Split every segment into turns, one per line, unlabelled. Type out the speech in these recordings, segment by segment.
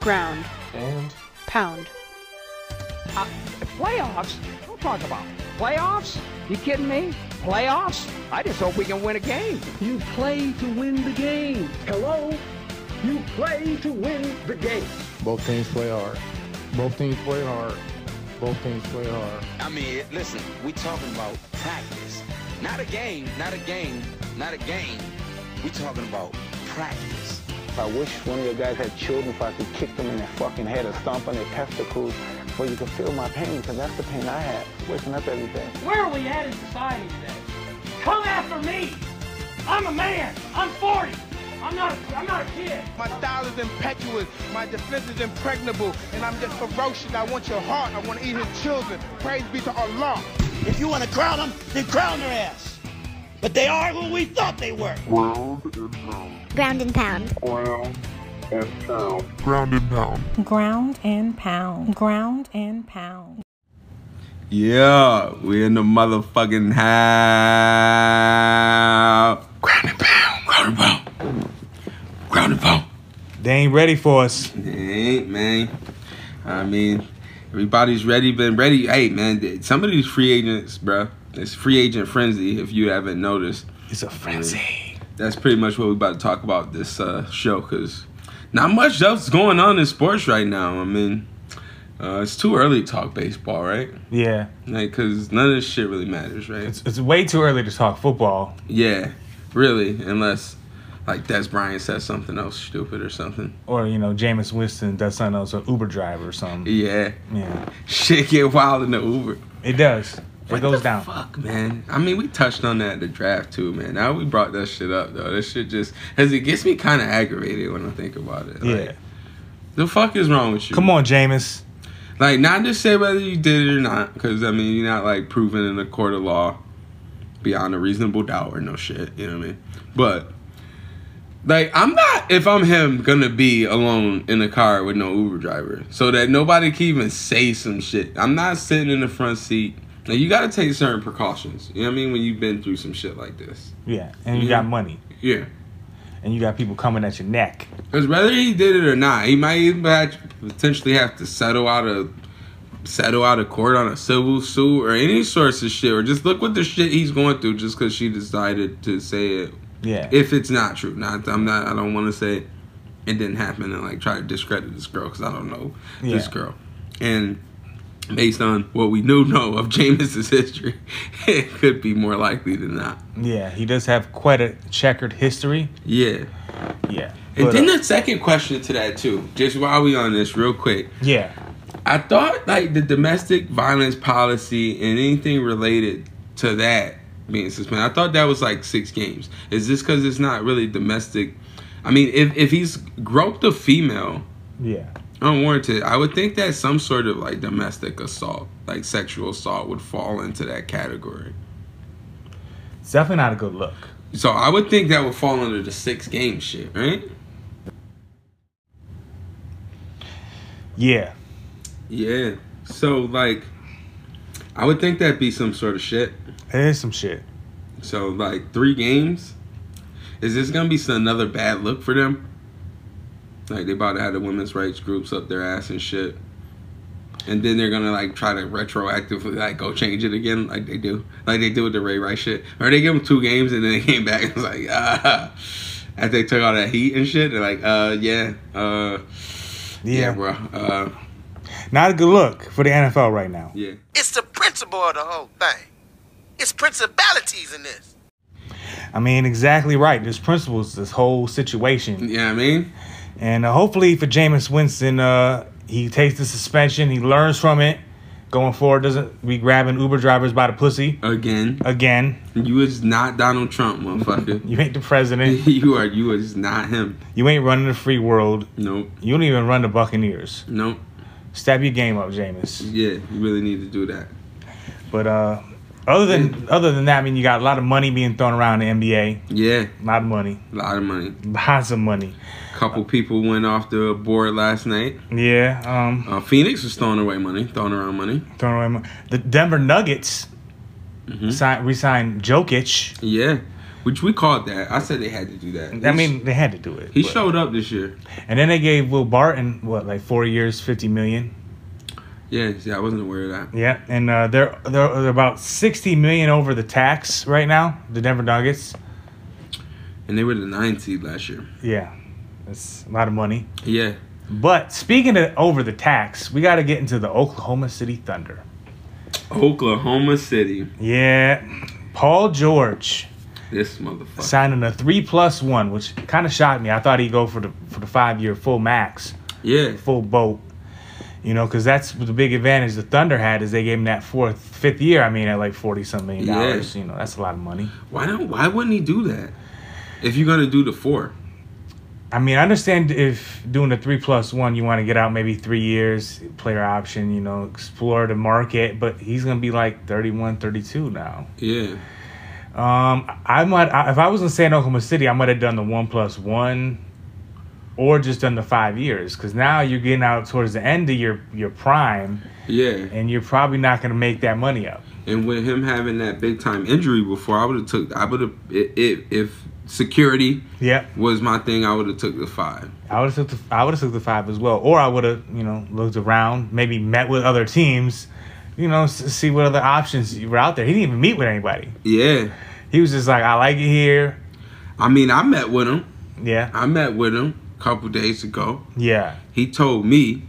ground,
And
pound.
Uh, playoffs? Don't talk about playoffs. You kidding me? Playoffs? I just hope we can win a game.
You play to win the game. Hello? You play to win the game.
both teams play hard. Both teams play hard. Both teams play hard.
I mean, listen, we talking about practice. Not a game, not a game, not a game. We talking about practice.
I wish one of your guys had children so I could kick them in their fucking head or stomp on their testicles where you could feel my pain because that's the pain I had waking up every day.
Where are we at in society today? Come after me. I'm a man. I'm 40. I'm not. A, I'm not a kid.
My style is impetuous. My defense is impregnable. And I'm just ferocious. I want your heart. I want to eat his children. Praise be to Allah.
If you want to crown them, then crown their ass. But they are who we thought they were.
Ground and pound.
Ground and pound.
Ground and pound.
Ground and pound.
Ground and pound. Ground and pound.
Yeah, we in the motherfucking house. Ground and pound, ground and pound, ground and pound.
They ain't ready for us.
They ain't, man. I mean, everybody's ready, been ready. Hey, man, th- some of these free agents, bro, it's free agent frenzy. If you haven't noticed,
It's a frenzy.
that's pretty much what we're about to talk about this uh, show because not much else is going on in sports right now. I mean, uh, it's too early to talk baseball, right?
Yeah.
Like, cause none of this shit really matters, right?
It's, it's way too early to talk football.
yeah, really, unless like Des Bryant says something else stupid or something.
Or, you know, Jameis Winston does something else, or Uber driver or something.
Yeah,
Yeah.
shit get wild in the Uber.
It does. It
What
goes
the
down.
Fuck, man. I mean, we touched on that at the draft too, man. Now we brought that shit up though. That shit just, cause it gets me kind of aggravated when I think about it. Like,
Yeah.
The fuck is wrong with you?
Come on, Jameis.
Like, not just say whether you did it or not, because, I mean, you're not, like, proven in a court of law beyond a reasonable doubt or no shit. You know what I mean? But, like, I'm not, if I'm him, gonna be alone in a car with no Uber driver so that nobody can even say some shit. I'm not sitting in the front seat. Now, you gotta take certain precautions. You know what I mean? When you've been through some shit like this.
Yeah. And you
Yeah.
got money.
Yeah.
And you got people coming at your neck.
Because whether he did it or not, he might even have, potentially have to settle out of settle out of court on a civil suit or any sorts of shit. Or just look what the shit he's going through just because she decided to say it.
Yeah.
If it's not true, not I'm not. I don't want to say it didn't happen and like try to discredit this girl because I don't know this
Yeah.
girl. And based on what we do know of Jameis's history, it could be more likely than not.
yeah. He does have quite a checkered history.
Yeah.
Yeah.
And
But,
then
uh,
the second question to that too, just while we on this real quick.
yeah.
I thought like the domestic violence policy and anything related to that being suspended. I thought that was like six games. Is this because it's not really domestic? I mean, if if he's groped a female
Yeah.
unwarranted, I would think that some sort of like domestic assault, like sexual assault, would fall into that category.
It's definitely not a good look.
So I would think that would fall under the six game shit, right?
Yeah.
Yeah. So like, I would think that'd be some sort of shit.
It is some shit.
So like three games. Is this gonna be another bad look for them? Like they about to have the women's rights groups up their ass and shit. And then they're gonna like try to retroactively like go change it again, like they do, like they do with the Ray Rice shit. Or they give them two games and then they came back and was like, ah, as they took all that heat and shit, they're like, uh, yeah, uh, yeah,
Yeah.
bro, uh,
Not a good look for the NFL right now.
yeah.
It's the principle of the whole thing. It's principalities in this.
I mean, exactly right. There's principles to this whole situation.
You know what I mean?
And uh, hopefully for Jameis Winston, uh, he takes the suspension, he learns from it. Going forward, doesn't be grabbing Uber drivers by the pussy
Again,
again.
you is not Donald Trump, motherfucker.
You ain't the president.
you are, you is not him.
You ain't running the free world.
Nope,
You don't even run the Buccaneers.
nope.
Step your game up, Jameis.
Yeah, you really need to do that.
But uh, other than other than that, I mean, you got a lot of money being thrown around in the NBA.
Yeah,
A lot of money,
a lot of money.
lots of money.
Couple people went off the board last night.
Yeah. Um,
Uh, Phoenix was throwing away money, throwing around money.
throwing away money. The Denver Nuggets
Mhm.
si- re-signed Jokic.
Yeah, which we called that. I said they had to do that.
I mean, they had to do it.
He
but-
showed up this year.
And then they gave Will Barton what, like four years, fifty million.
Yeah, see, I wasn't aware of that.
Yeah, and uh, they're, they're they're about sixty million over the tax right now. The Denver Nuggets.
And they were the ninth seed last year.
Yeah, that's a lot of money.
Yeah.
But speaking of over the tax, we got to get into the Oklahoma City Thunder.
Oklahoma City.
Yeah, Paul George
This motherfucker.
signing a three plus one, which kind of shocked me. I thought he'd go for the for the five year full max.
Yeah.
full boat. You know, because that's the big advantage the Thunder had is they gave him that fourth, fifth year. I mean, at like forty something million
Yeah.
dollars. You know, that's a lot of money.
Why don't? Why wouldn't he do that? If you're gonna do the four,
I mean, I understand if doing the three plus one, you want to get out maybe three years, player option. You know, explore the market. But he's gonna be like 31, 32 now.
yeah.
Um, I might I, if I was in San Oklahoma City, I might have done the one plus one, or just done the five years. Because now you're getting out towards the end of your your prime,
Yeah,
and you're probably not gonna make that money up.
and with him having that big time injury before, I would have took. I would have if if security
Yeah.
was my thing, I would have took the five.
I would have took the I would have took the five as well, or I would have you know looked around, maybe met with other teams, you know, s- see what other options were out there. He didn't even meet with anybody.
Yeah,
He was just like, I like it here.
I mean, I met with him.
Yeah,
I met with him a couple days ago.
yeah.
He told me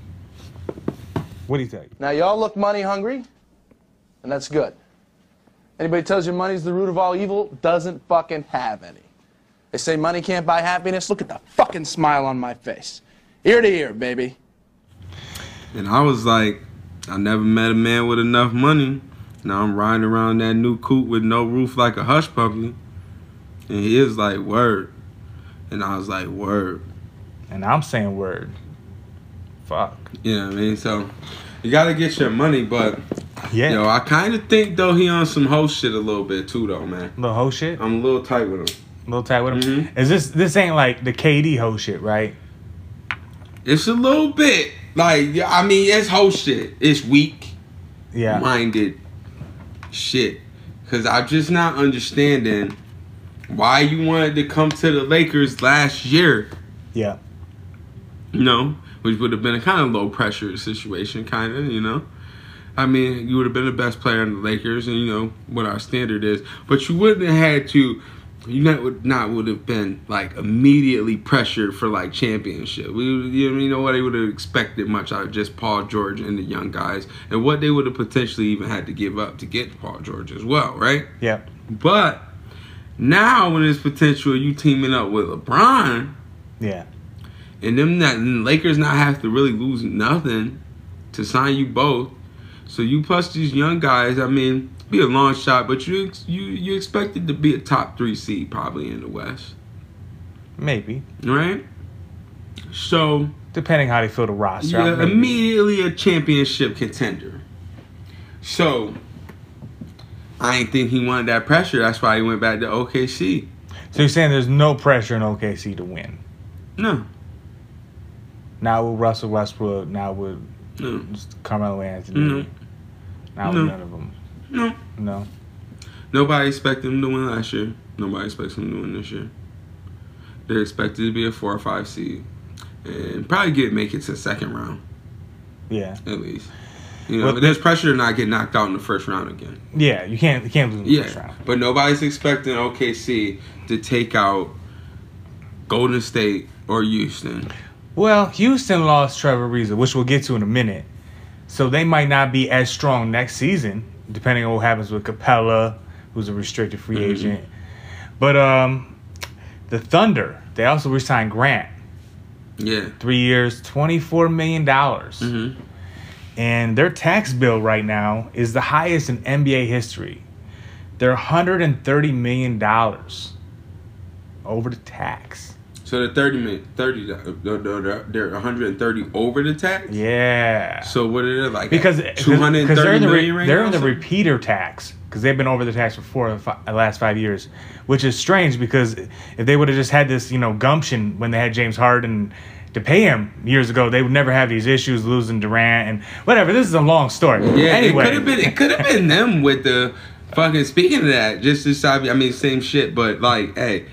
What do you think?
Now, y'all look money hungry, and that's good. Anybody tells you money's the root of all evil doesn't fucking have any. They say money can't buy happiness. Look at the fucking smile on my face. Ear to ear, baby.
And I was like, I never met a man with enough money. Now I'm riding around that new coupe with no roof like a hush puppy. And he is like, word. And I was like, word.
And I'm saying word. Fuck.
You know what I mean? So you gotta get your money, but
Yeah.
yo, I kinda think though he on some host shit a little bit too though, man.
Little hoe shit.
I'm a little tight with him.
little tight with him.
Mm-hmm.
Is this this ain't like the KD hoe shit, right?
It's a little bit. Like yeah, I mean, it's host shit. It's weak.
Yeah.
minded shit. Cause I'm just not understanding why you wanted to come to the Lakers last year.
Yeah.
You know, which would have been a kind of low pressure situation, kind of. You know, I mean, you would have been the best player in the Lakers, and you know what our standard is. But you wouldn't have had to. You not would not would have been like immediately pressured for like championship. We you know, you know what they would have expected much out of just Paul George and the young guys, and what they would have potentially even had to give up to get Paul George as well, right?
Yeah.
But now, when there's potential, you teaming up with LeBron,
Yeah.
and them not and Lakers not have to really lose nothing to sign you both. So you plus these young guys, I mean, be a long shot, but you ex- you you expected to be a top three seed probably in the West,
Maybe.
right? So
Depending how they fill the roster.
yeah,
maybe.
immediately a championship contender. So I ain't think he wanted that pressure. That's why he went back to OKC.
so you're saying there's no pressure in OKC to win.
No,
Now with Russell Westbrook, now with
no,
Carmelo Anthony,
No.
now
Mm-hmm. No.
with none of them.
no.
No.
Nobody expected him to win last year. Nobody expects him to win this year. They're expected to be a four or five seed, and probably get make it to the second round
Yeah.
at least. You know,
Well,
but there's pressure to not get knocked out in the first round again.
Yeah. You can't. You can't lose in the first
Yeah,
round.
but nobody's expecting OKC to take out Golden State or Houston.
Well, Houston lost Trevor Reza, which we'll get to in a minute. So they might not be as strong next season, depending on what happens with Capella, who's a restricted free
Mhm.
agent. But um, the Thunder, they also resigned Grant,
Yeah.
three years, twenty-four million dollars,
Mm-hmm.
and their tax bill right now is the highest in NBA history. They're one hundred and thirty million dollars over the tax.
So the thirty minute thirty they're- they're they're 130 over the tax.
Yeah.
So what are they like?
because
two hundred
because they're
thirty
in the, re-
million right
they're
now
in the
or something?
repeater tax because they've been over the tax for four of the fi- the last five years, which is strange because if they would have just had this you know gumption when they had James Harden to pay him years ago, they would never have these issues losing Durant and whatever. This is a long story.
Yeah,
anyway,
it could have been it could have been them with the Fucking speaking of that, just to stop you, I mean, same shit, but like, hey,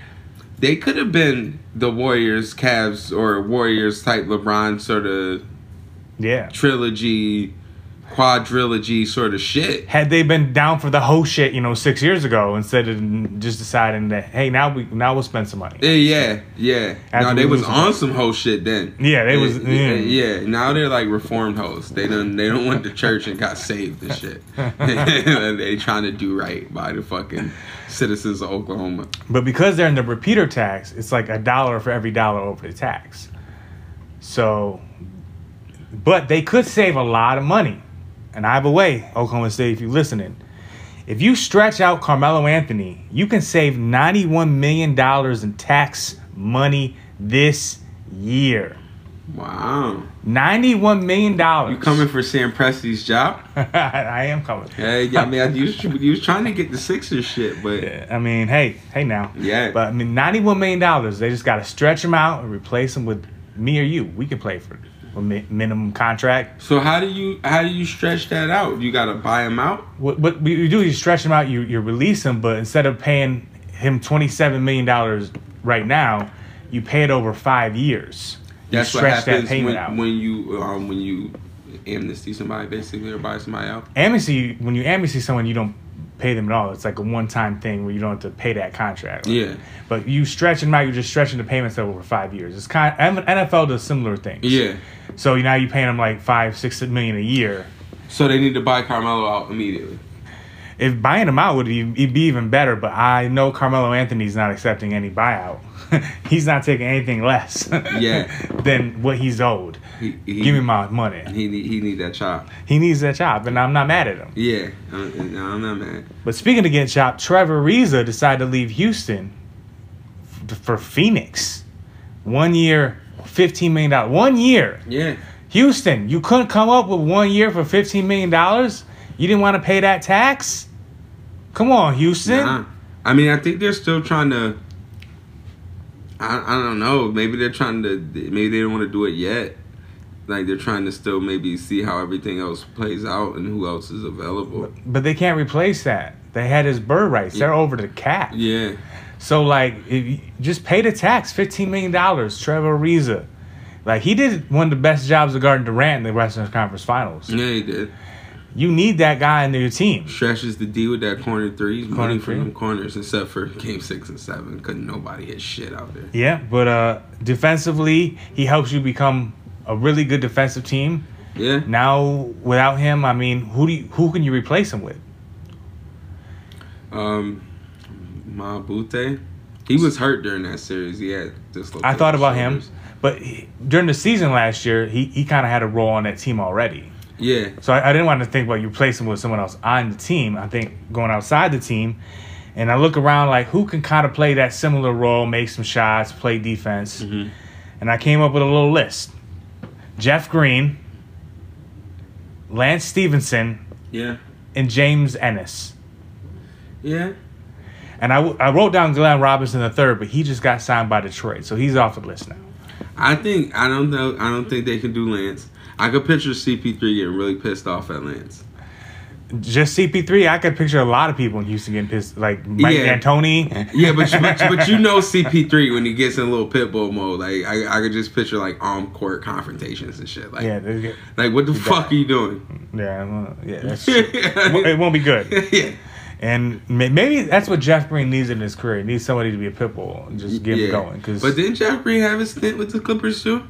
they could have been the Warriors, Cavs, or Warriors type LeBron sort of
yeah
trilogy, quadrilogy sort of shit.
Had they been down for the whole shit, you know, six years ago, instead of just deciding that, hey, now we now we'll spend some money.
Yeah, yeah, yeah.
After
no,
we
they was
lose
on
them.
some whole shit then.
Yeah, they was-
Yeah,
yeah.
yeah. Now they're like reformed hoes. They don't. They don't went to church and got saved and shit. they trying to do right by the fucking citizens of Oklahoma.
But because they're in the repeater tax, it's like a dollar for every dollar over the tax. So, but they could save a lot of money. And I have a way, Oklahoma State, if you're listening. If you stretch out Carmelo Anthony, you can save $91 million in tax money this year.
Wow.
$91 million. You
coming for Sam Presti's job?
I am coming.
Hey, yeah, I mean, I- you was, you was trying to get the Sixers shit, but
I mean, hey, hey now.
Yeah.
But I mean, ninety-one million dollars. They just got to stretch them out and replace them with me or you. We can play for a mi- minimum contract.
so how do you how do you stretch that out? You gotta buy him out.
What, what you do is you stretch him out. You you release him, but instead of paying him twenty-seven million dollars right now, you pay it over five years.
That's
you
what
stretch
happens
that payment
when,
out.
when you um, when you amnesty somebody basically or buy somebody out.
amnesty when you amnesty someone, you don't pay them at all. It's like a one-time thing where you don't have to pay that contract.
Yeah,
But you stretch them out, you're just stretching the payments over five years. It's kind NFL does similar things.
yeah.
So now you're paying them like five, six million a year.
So they need to buy Carmelo out immediately.
If buying them out would be, it'd be even better, but I know Carmelo Anthony's not accepting any buyout. he's not taking anything less
Yeah.
than what he's owed.
He, he,
Give me my money.
He need, he need that chop.
He needs that job, and I'm not mad at him.
Yeah, Uh, I, I'm not mad.
But speaking of getting chopped, Trevor Reza decided to leave Houston f- for Phoenix. One year, $15 million. One year.
Yeah.
Houston, you couldn't come up with one year for $15 million? You didn't want to pay that tax? Come on, Houston.
Nah. I mean, I think they're still trying to. I, I don't know. Maybe they're trying to. Maybe they don't want to do it yet. Like they're trying to still maybe see how everything else plays out and who else is available.
But they can't replace that. They had his bird rights. They're over the cap.
Yeah.
So like, if you, just pay the tax, fifteen million dollars. Trevor Ariza, like he did one of the best jobs of guarding Durant in the Western Conference Finals.
Yeah, he did.
You need that guy into your team.
Stretches the D with that corner threes, money
Corner
from
three.
them corners, except for game six and seven. Couldn't nobody hit shit out there.
Yeah, but uh, defensively, he helps you become a really good defensive team.
Yeah.
Now without him, I mean, who do you, who can you replace him with?
Um, Mabute, he was hurt during that series. He had dislocated.
I thought about him,
shoulders.
but he, during the season last year, he he kind of had a role on that team already.
Yeah,
So I, I didn't want to think about you placing with someone else on the team. I think going outside the team, and I look around like who can kind of play that similar role, make some shots, play defense, and I came up with a little list: Jeff Green, Lance Stevenson,
yeah,
and James Ennis.
yeah.
And I, w- I wrote down Glenn Robinson the third, but he just got signed by Detroit, so he's off the list now.
I think I don't know. I don't think they can do Lance. I could picture CP3 getting really pissed off at Lance.
Just CP3, I could picture a lot of people in Houston getting pissed, like Mike
Yeah.
D'Antoni.
Yeah, but you, but, you- but you know CP3 when he gets in a little pitbull mode. Like I, I could just picture like on court confrontations and shit. Like
yeah, they get-
like what the fuck are you doing?
Yeah, well, yeah, that's true. Well, it won't be good. And may- maybe that's what Jeff Green needs in his career. He needs somebody to be a pit bull and just get
yeah.
him going. Cause
but didn't Jeff Green have a stint with the Clippers too?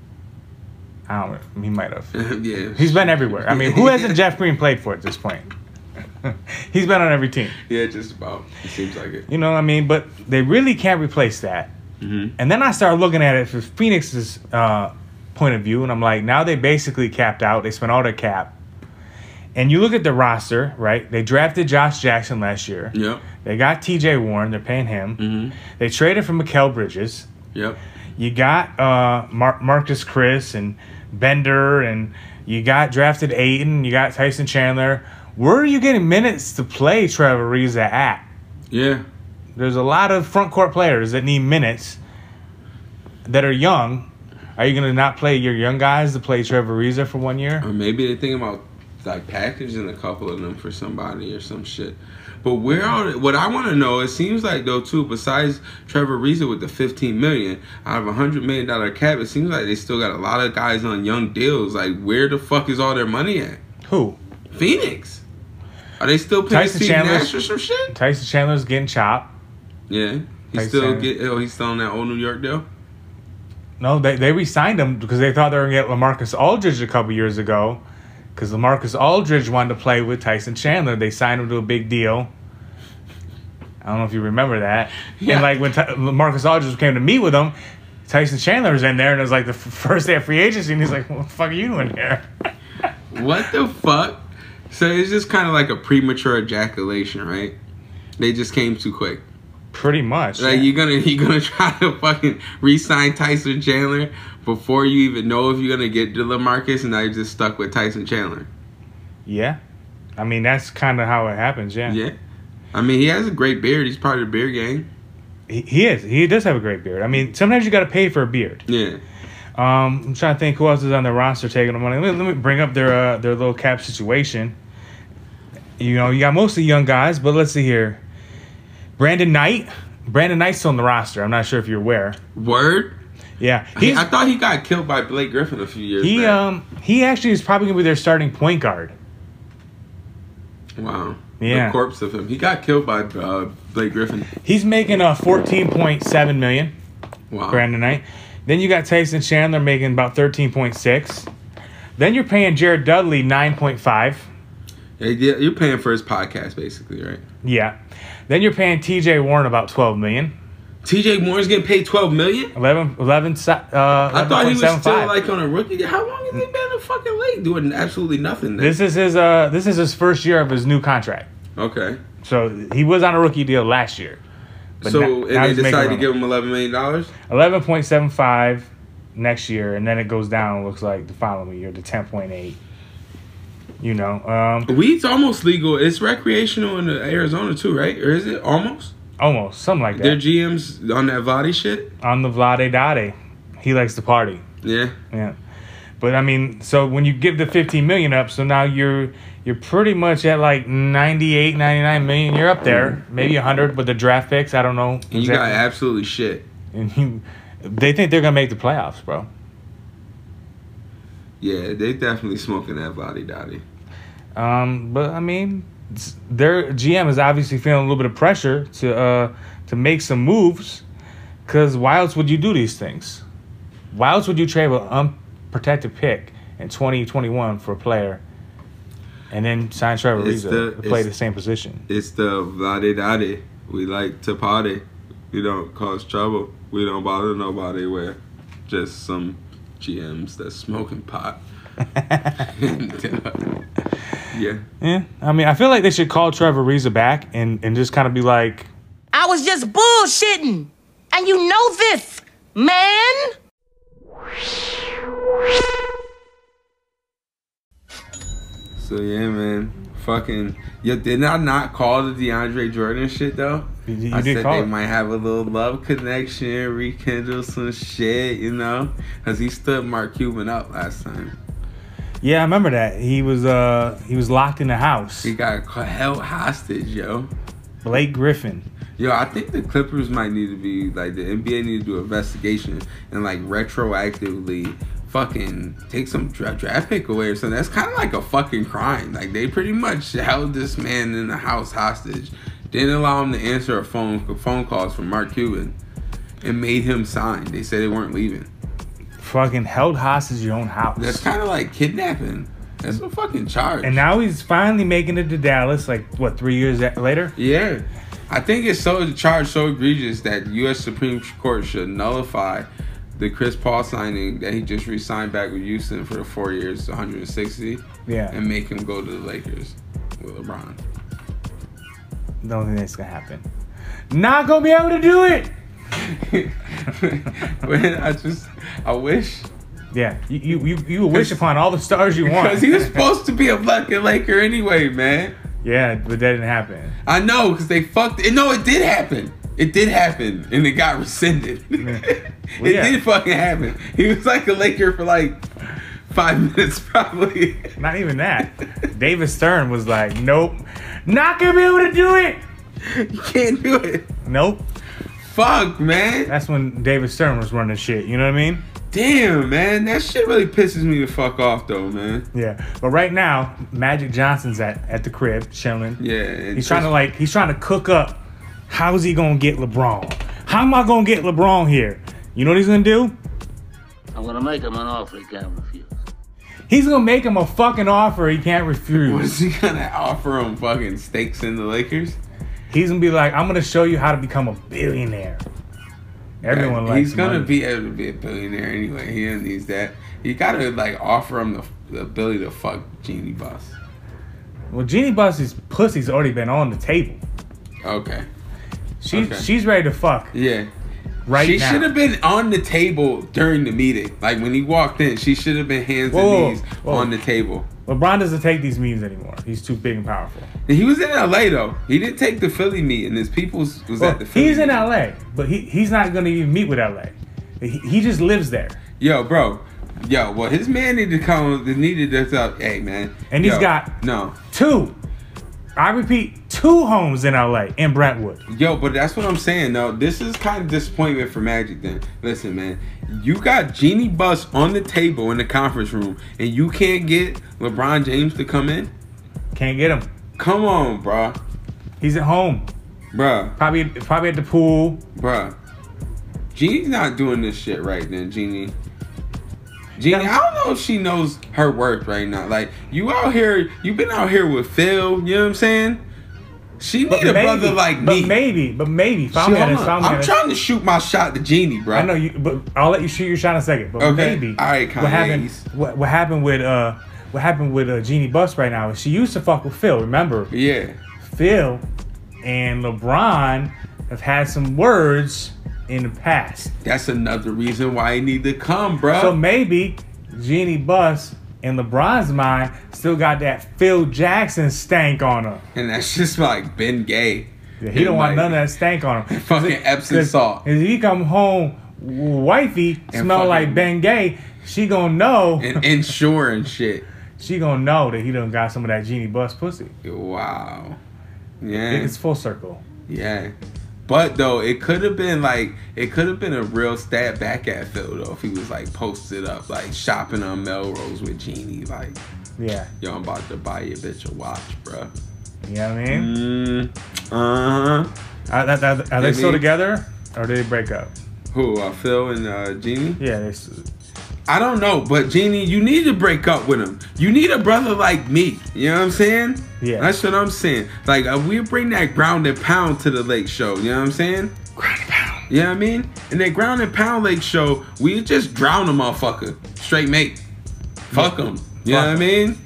I don't know, he might have.
yeah,
He's been everywhere. I mean, who hasn't Jeff Green played for at this point? He's been on every team.
yeah, just about. It seems like it.
You know what I mean? But they really can't replace that.
Mm-hmm.
And then I started looking at it from Phoenix's uh, point of view, and I'm like, now they basically capped out. They spent all their cap. And you look at the roster, right? They drafted Josh Jackson last year.
Yep.
They got TJ Warren. They're paying him. They traded for Mikel Bridges.
Yep.
You got uh, Mar- Marcus Chris and Bender, and you got drafted Aiden. You got Tyson Chandler. Where are you getting minutes to play Trevor Reza at?
Yeah.
There's a lot of front court players that need minutes that are young. Are you going to not play your young guys to play Trevor Reza for one year?
Or maybe they're thinking about like packaging a couple of them for somebody or some shit. But where are what I want to know? It seems like though too. Besides Trevor Reza with the 15 million out of a hundred million dollar cap, it seems like they still got a lot of guys on young deals. Like where the fuck is all their money at?
Who?
Phoenix. Are they still paying
Tyson
Steve Nash or
Chandler's
some shit?
Tyson Chandler's getting chopped.
Yeah, he's
Tyson
still
Chandler.
get. Oh, he's still on that old New York deal.
No, they they re-signed him because they thought they were gonna get Lamarcus Aldridge a couple years ago, because Lamarcus Aldridge wanted to play with Tyson Chandler. They signed him to a big deal. I don't know if you remember that. And like when Ty- Lamarcus Aldridge came to meet with him, Tyson Chandler was in there, and it was like the f- first day of free agency, and he's like, "What the fuck are you doing here?"
What the fuck? So it's just kind of like a premature ejaculation, right? They just came too quick.
Pretty much.
Like you're gonna you're gonna try to fucking re-sign Tyson Chandler before you even know if you're gonna get to Lamarcus, and now you're just stuck with Tyson Chandler.
Yeah, I mean that's kind of how it happens. Yeah.
Yeah. I mean, he has a great beard. He's part of the beard gang.
He, he is. He does have a great beard. I mean, sometimes you got to pay for a beard.
Yeah.
Um, I'm trying to think who else is on the roster taking the money. Let, let me bring up their uh, their little cap situation. You know, you got mostly young guys, but let's see here. Brandon Knight. Brandon Knight's still on the roster. I'm not sure if you're aware.
Word.
Yeah.
He, I thought he got killed by Blake Griffin a few years
He
back.
um he actually is probably gonna be their starting point guard.
wow.
yeah.
The corpse of him. He got killed by uh, Blake Griffin.
He's making a 14.7 million.
Wow.
Brandon Knight. Then you got Tyson Chandler making about 13.6. Then you're paying Jared Dudley 9.5.
Yeah, yeah, You're paying for his podcast, basically, right?
Yeah. Then you're paying TJ Warren about 12 million.
TJ Warren's getting paid 12 million?
11 11 si- uh,
I thought he was
11.75.
still like on a rookie. How long has he been in the fucking league doing absolutely nothing? Then?
This is his uh this is his first year of his new contract.
okay.
So he was on a rookie deal last year. But
so
now-
and
now
they
he's making
decided to
around-
give him 11 million dollars.
11.75 next year and then it goes down looks like the following year to 10.8 you know um
Weed's almost legal. It's recreational in Arizona too, right? Or is it almost?
almost something like that
Their GM's on that Vladi shit.
on the vlade dade he likes to party
Yeah.
yeah but i mean so when you give the 15 million up so now you're you're pretty much at like 98 99 million you're up there maybe 100 with the draft picks i don't know
And you got
exactly.
absolutely shit.
and you, they think they're gonna make the playoffs bro
Yeah, they definitely smoking that Vladi Dottie.
Um, but I mean, s- their GM is obviously feeling a little bit of pressure to uh, to make some moves, because why else would you do these things? Why else would you trade an unprotected pick in twenty twenty one for a player, and then sign Trevor
It's
Ariza
the-
to play
it's-
the same position?
It's the Vladi Dottie. We like to party. We don't cause trouble. We don't bother nobody. We're just some GMs that's smoking pot. And, uh, yeah.
Yeah, I mean, I feel like they should call Trevor Ariza back and and just kind of be like,
I was just bullshitting. And you know this, man.
So yeah, man. Fucking yeah. Did I not call the DeAndre Jordan shit though?
you
I
did
said
call
they
it.
might have a little love connection, rekindle some shit, you know, because he stood Mark Cuban up last time.
yeah, I remember that he was uh he was locked in the house.
He got ca- held hostage, yo.
Blake Griffin.
Yo, I think the Clippers might need to be like the NBA need to do an investigation and like retroactively fucking take some dra- draft pick away or something. That's kind of like a fucking crime. Like they pretty much held this man in the house hostage, didn't allow him to answer a phone phone calls from Mark Cuban, and made him sign. They said they weren't leaving.
Fucking held hostage your own house.
That's kind of like kidnapping. That's a fucking charge.
And now he's finally making it to Dallas, like what, three years a- later?
Yeah. I think it's so the charge so egregious that U.S. Supreme Court should nullify the Chris Paul signing that he just re-signed back with Houston for the four years, 160.
Yeah.
And make him go to the Lakers with LeBron.
Don't think that's gonna happen. Not gonna be able to do it.
Man, I just I wish.
Yeah, you you you, you wish upon all the stars you want.
Because he was supposed to be a fucking Laker anyway, man.
Yeah, but that didn't happen.
I know, because they fucked it. No, it did happen. It did happen, and it got rescinded. it
yeah.
did fucking happen. He was like a Laker for like Five minutes, probably.
Not even that. David Stern was like, nope, not gonna be able to do it.
You can't do it.
Nope.
Fuck, man.
That's when David Stern was running shit. You know what I mean?
Damn, man. That shit really pisses me the fuck off, though, man.
Yeah. But right now, Magic Johnson's at, at the crib chilling.
Yeah. and
He's trying to like he's trying to cook up. How is he gonna get LeBron? How am I gonna get LeBron here? You know what he's gonna do?
I'm gonna make him an offer he can't refuse.
He's gonna make him a fucking offer he can't refuse.
Was he gonna offer him fucking stakes in the Lakers?
He's gonna be like, I'm gonna show you how to become a billionaire. Everyone
Right,
likes
He's gonna
money.
be able to be a billionaire anyway. He doesn't needs that. You gotta like offer him the, the ability to fuck Genie Boss.
Well, Jeannie Buss's pussy's already been on the table.
Okay.
She's
Okay.
she's ready to fuck.
Yeah.
Right
She
now.
should have been on the table during the meeting. Like when he walked in, she should have been hands
Whoa,
and knees
whoa.
on the table.
LeBron doesn't take these memes anymore. He's too big and powerful.
And he was in LA though. He didn't take the Philly meet, and his people's was
Well,
at the Philly.
he's in
meet.
LA, but he, he's not gonna even meet with LA. He, he just lives there.
Yo, bro. Yo, well, his man needed to come. Needed to tell, hey, man.
And
he's
he's got-
no.
Two. I repeat, two homes in LA in Brentwood.
Yo, but that's what I'm saying though. This is kind of disappointment for Magic then. Listen, man, you got Genie Bus on the table in the conference room, and you can't get LeBron James to come in.
Can't get him.
Come on, bruh.
He's at home.
Bruh.
Probably probably at the pool.
Bruh. Genie's not doing this shit right then, Genie. Genie, I don't know if she knows her worth right now. Like, you out here, you been out here with Phil, you know what I'm saying? She need a brother like
but
me.
maybe, but maybe. Found
Shit,
me on this,
hold on.
found me on
I'm
this.
trying to shoot my shot to Genie, bro.
I know you, but I'll let you shoot your shot in a second. But
Okay.
maybe
All right,
what
Kanye
happened?
East.
What, what happened with uh? What happened with uh, Jeannie Buss right now is she used to fuck with Phil. Remember,
Yeah.
Phil and LeBron have had some words in the past.
That's another reason why he need to come, bro.
So maybe Jeannie Buss in LeBron's mind still got that Phil Jackson stank on her.
and that's just like Ben Gay.
Yeah, he don't want none of that stank on him.
Fucking Epsom salt.
If he come home, wifey
And
smell like
fucking-
Ben Gay, she gonna know.
and insure and shit.
she gonna know that he done got some of that genie bus pussy.
Wow. Yeah.
It's full circle.
Yeah. But though, it could have been like it could have been a real stab back at Phil though if he was like posted up like shopping on Melrose with Genie like
Yeah.
yo I'm about to buy your bitch a watch, bruh.
You know what I mean?
Uh huh.
Are, are- are- are they still together or did they break up?
Who? Uh, Phil and uh, Genie?
Yeah. They,
I don't know, but Genie, you need to break up with him. You need a brother like me. You know what I'm saying?
Yeah.
That's what I'm saying. Like uh, we bring that ground and pound to the lake show. You know what I'm saying? You know what I mean? In that ground and pound lake show, we just drown a motherfucker. Straight mate. Fuck him. You know what I mean?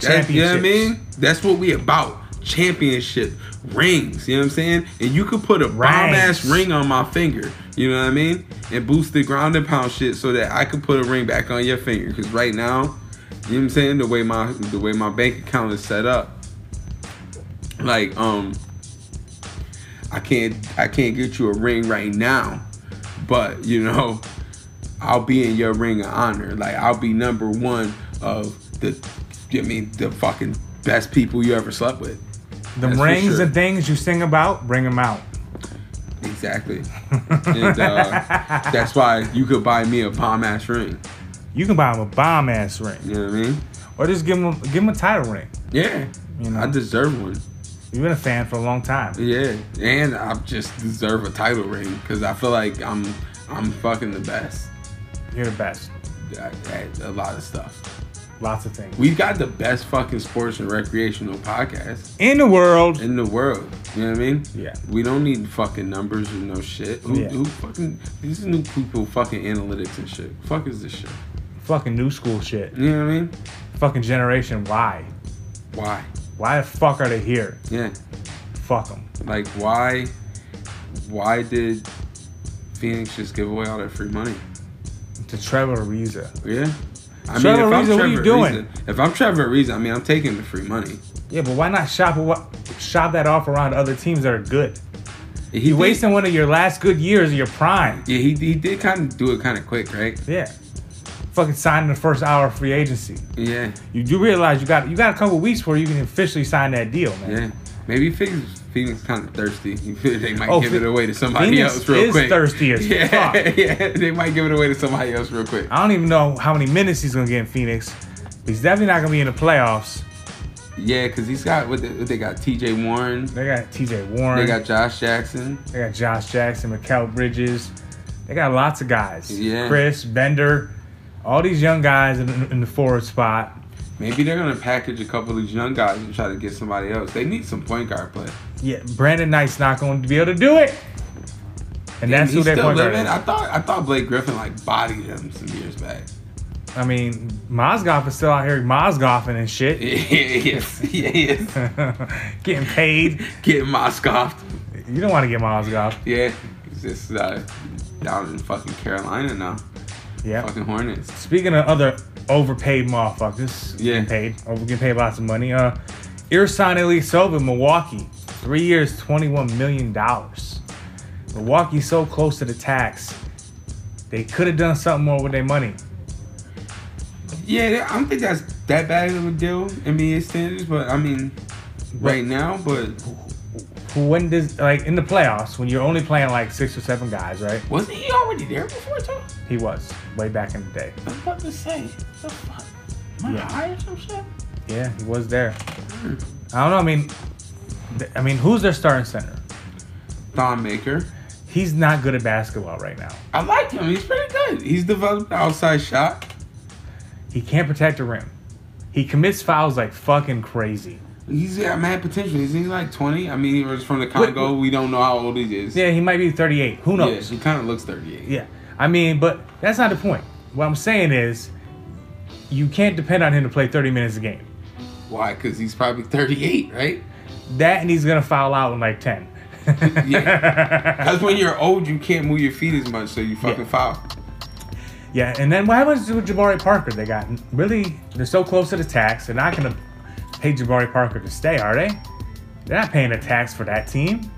That, you know what I mean? That's what we about. Championship rings. You know what I'm saying? And you could put a bomb ass ring on my finger. You know what I mean? And boost the ground and pound shit so that I could put a ring back on your finger. Cause right now, you know what I'm saying? The way my the way my bank account is set up, like um, I can't I can't get you a ring right now, but you know, I'll be in your ring of honor. Like I'll be number one of the, you know what I mean the fucking best people you ever slept with.
the
That's for
rings
sure.
and things you sing about, bring them out.
Exactly. and uh, that's why you could buy me a bomb ass ring.
You can buy him a bomb ass ring.
You know what I mean?
Or just give him a, give him a title ring.
Yeah.
You know.
I deserve one.
You've been a fan for a long time.
Yeah, and I just deserve a title ring because I feel like I'm I'm fucking the best
You're the best.
at, at a lot of stuff.
Lots of things.
We've got the best fucking sports and recreational podcast
in the world.
In the world, you know what I mean?
Yeah.
We don't need fucking numbers or no shit. Who,
Yeah.
who fucking these new people fucking analytics and shit? Fuck is this shit?
Fucking new school shit.
You know what I mean?
Fucking generation Y.
Why?
Why the fuck are they here?
Yeah.
Fuck them.
Like why? Why did Phoenix just give away all that free money?
To Trevor Ariza.
Yeah.
Trevor Ariza, what are you doing?
Ariza- if I'm Trevor Ariza, I mean, I'm taking the free money.
Yeah, but why not shop wa- shop that off around other teams that are good?
He
You're
did-
wasting one of your last good years of your prime.
Yeah, he, he did kind of do it kind of quick, right?
Yeah. fucking sign the first hour of free agency.
Yeah.
You do realize you got you got a couple weeks before you can officially sign that deal, man.
Yeah. Maybe Phoenix, Phoenix kind of thirsty. You feel they might
Oh,
give
Phe-
it away to somebody
Phoenix
else real
is
quick.
thirsty as
yeah,
fuck.
Yeah, they might give it away to somebody else real quick.
I don't even know how many minutes he's gonna get in Phoenix. He's definitely not gonna be in the playoffs.
Yeah, because he's got what they, what they got T.J. Warren.
They got T.J. Warren.
They got Josh Jackson.
They got Josh Jackson, Mikael Bridges. They got lots of guys.
Yeah.
Chris Bender, all these young guys in, in the forward spot.
Maybe they're gonna package a couple of these young guys and try to get somebody else. They need some point guard play.
Yeah, Brandon Knight's not going to be able to do it. And that's who
he's
they
still
point guard
living.
is.
I thought I thought Blake Griffin like bodied him some years back.
I mean, Mozgov is still out here Mozgoffing and shit.
yes, yes.
Getting paid.
Getting Mozgoffed.
You don't want to get Mozgov.
Yeah, he's just uh, down in fucking Carolina now.
Yeah.
Fucking Hornets.
Speaking of other overpaid motherfuckers,
Yeah.
getting paid, over getting paid lots of money. Uh, Irsan Ilyasova, Milwaukee, three years, twenty-one million dollars. Milwaukee so close to the tax, they could have done something more with their money.
Yeah, I don't think that's that bad of a deal NBA standards, but I mean, right now, but
When does like in the playoffs when you're only playing like six or seven guys, right?
wasn't he already there before? Tom?
He was way back in the day.
I was about to say, what the fuck? Am I
Yeah.
high or some shit?
Yeah, he was there. I don't know. I mean, th- I mean, who's their starting center?
Thon Maker.
He's not good at basketball right now.
I like him. He's pretty good. He's developed an outside shot.
He can't protect the rim. He commits fouls like fucking crazy.
He's got mad potential. Is he like 20? I mean, he was from the Congo. We don't know how old he is.
Yeah, he might be 38. Who knows?
Yeah, he kind of looks 38.
Yeah. I mean, but that's not the point. What I'm saying is, you can't depend on him to play 30 minutes a game.
Why? Because he's probably 38, right?
That and he's going to foul out in like 10.
That's when you're old, you can't move your feet as much, so you fucking foul.
Yeah, and then what happens with Jabari Parker? They got really, they're so close to the tax. They're not going to pay Jabari Parker to stay, are they? They're not paying a tax for that team.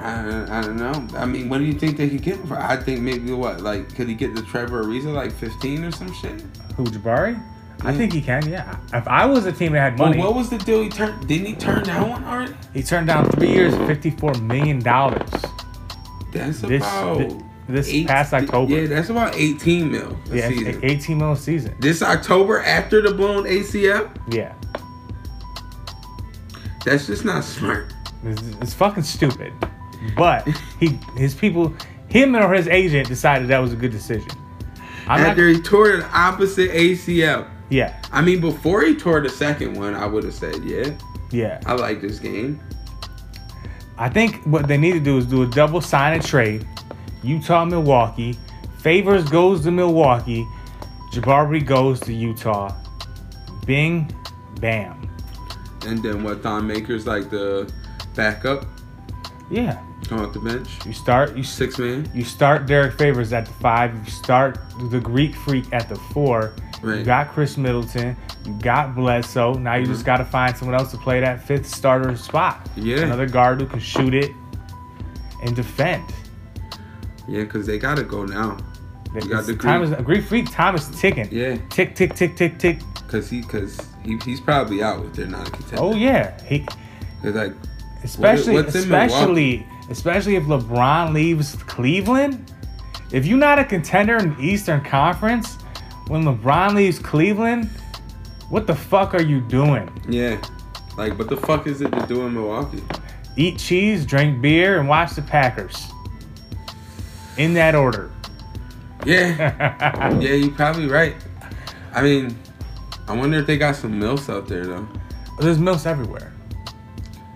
I don't, I don't know. I mean, what do you think they could get him for? I think maybe what? Like, could he get the Trevor Ariza like 15 or some shit?
Who, Jabari? I think he can, yeah. If I was a team that had money,
Well, what was the deal? He turned. Didn't he turn down one already?
he turned down three years, $54 million.
That's
This-
about
thi- this
eight-
past October.
Yeah, that's about 18 mil. a
Yeah,
season.
it's 18 mil a season.
This October after the blown ACL,
Yeah.
that's just not smart.
It's, it's fucking stupid. But he his people him or his agent decided that was a good decision. I'm not
after he tore the opposite ACL.
Yeah.
I mean, before he tore the second one, I would have said, yeah,
Yeah.
I like this game.
I think what they need to do is do a double sign and trade. Utah Milwaukee. Favors goes to Milwaukee. Jabari goes to Utah. Bing bam.
And then what? Thon Maker's like the backup,
Yeah.
come off the bench,
You start you
six man.
You start Derek Favors at the five. You start the Greek Freak at the four. You
Right. Mm-hmm.
got Chris Middleton. You got Bledsoe. Now you just got to find someone else to play that fifth starter spot.
Yeah.
Another guard who can shoot it and defend.
Yeah, because they gotta go now. You got the
time
Greek.
is, Greek Freak time is ticking.
Yeah,
Tick, tick, tick, tick, tick.
because he, because he, he's probably out if they're not a contender.
Oh, yeah. He,
It's like,
especially,
what- what's in Milwaukee?
especially, especially if LeBron leaves Cleveland. If you're not a contender in the Eastern Conference, when LeBron leaves Cleveland, what the fuck are you doing?
yeah, like what the fuck is it to do in Milwaukee?
Eat cheese, drink beer, and watch the Packers. In that order.
Yeah, yeah, you're probably right. I mean, I wonder if they got some milfs out there though.
There's milfs everywhere.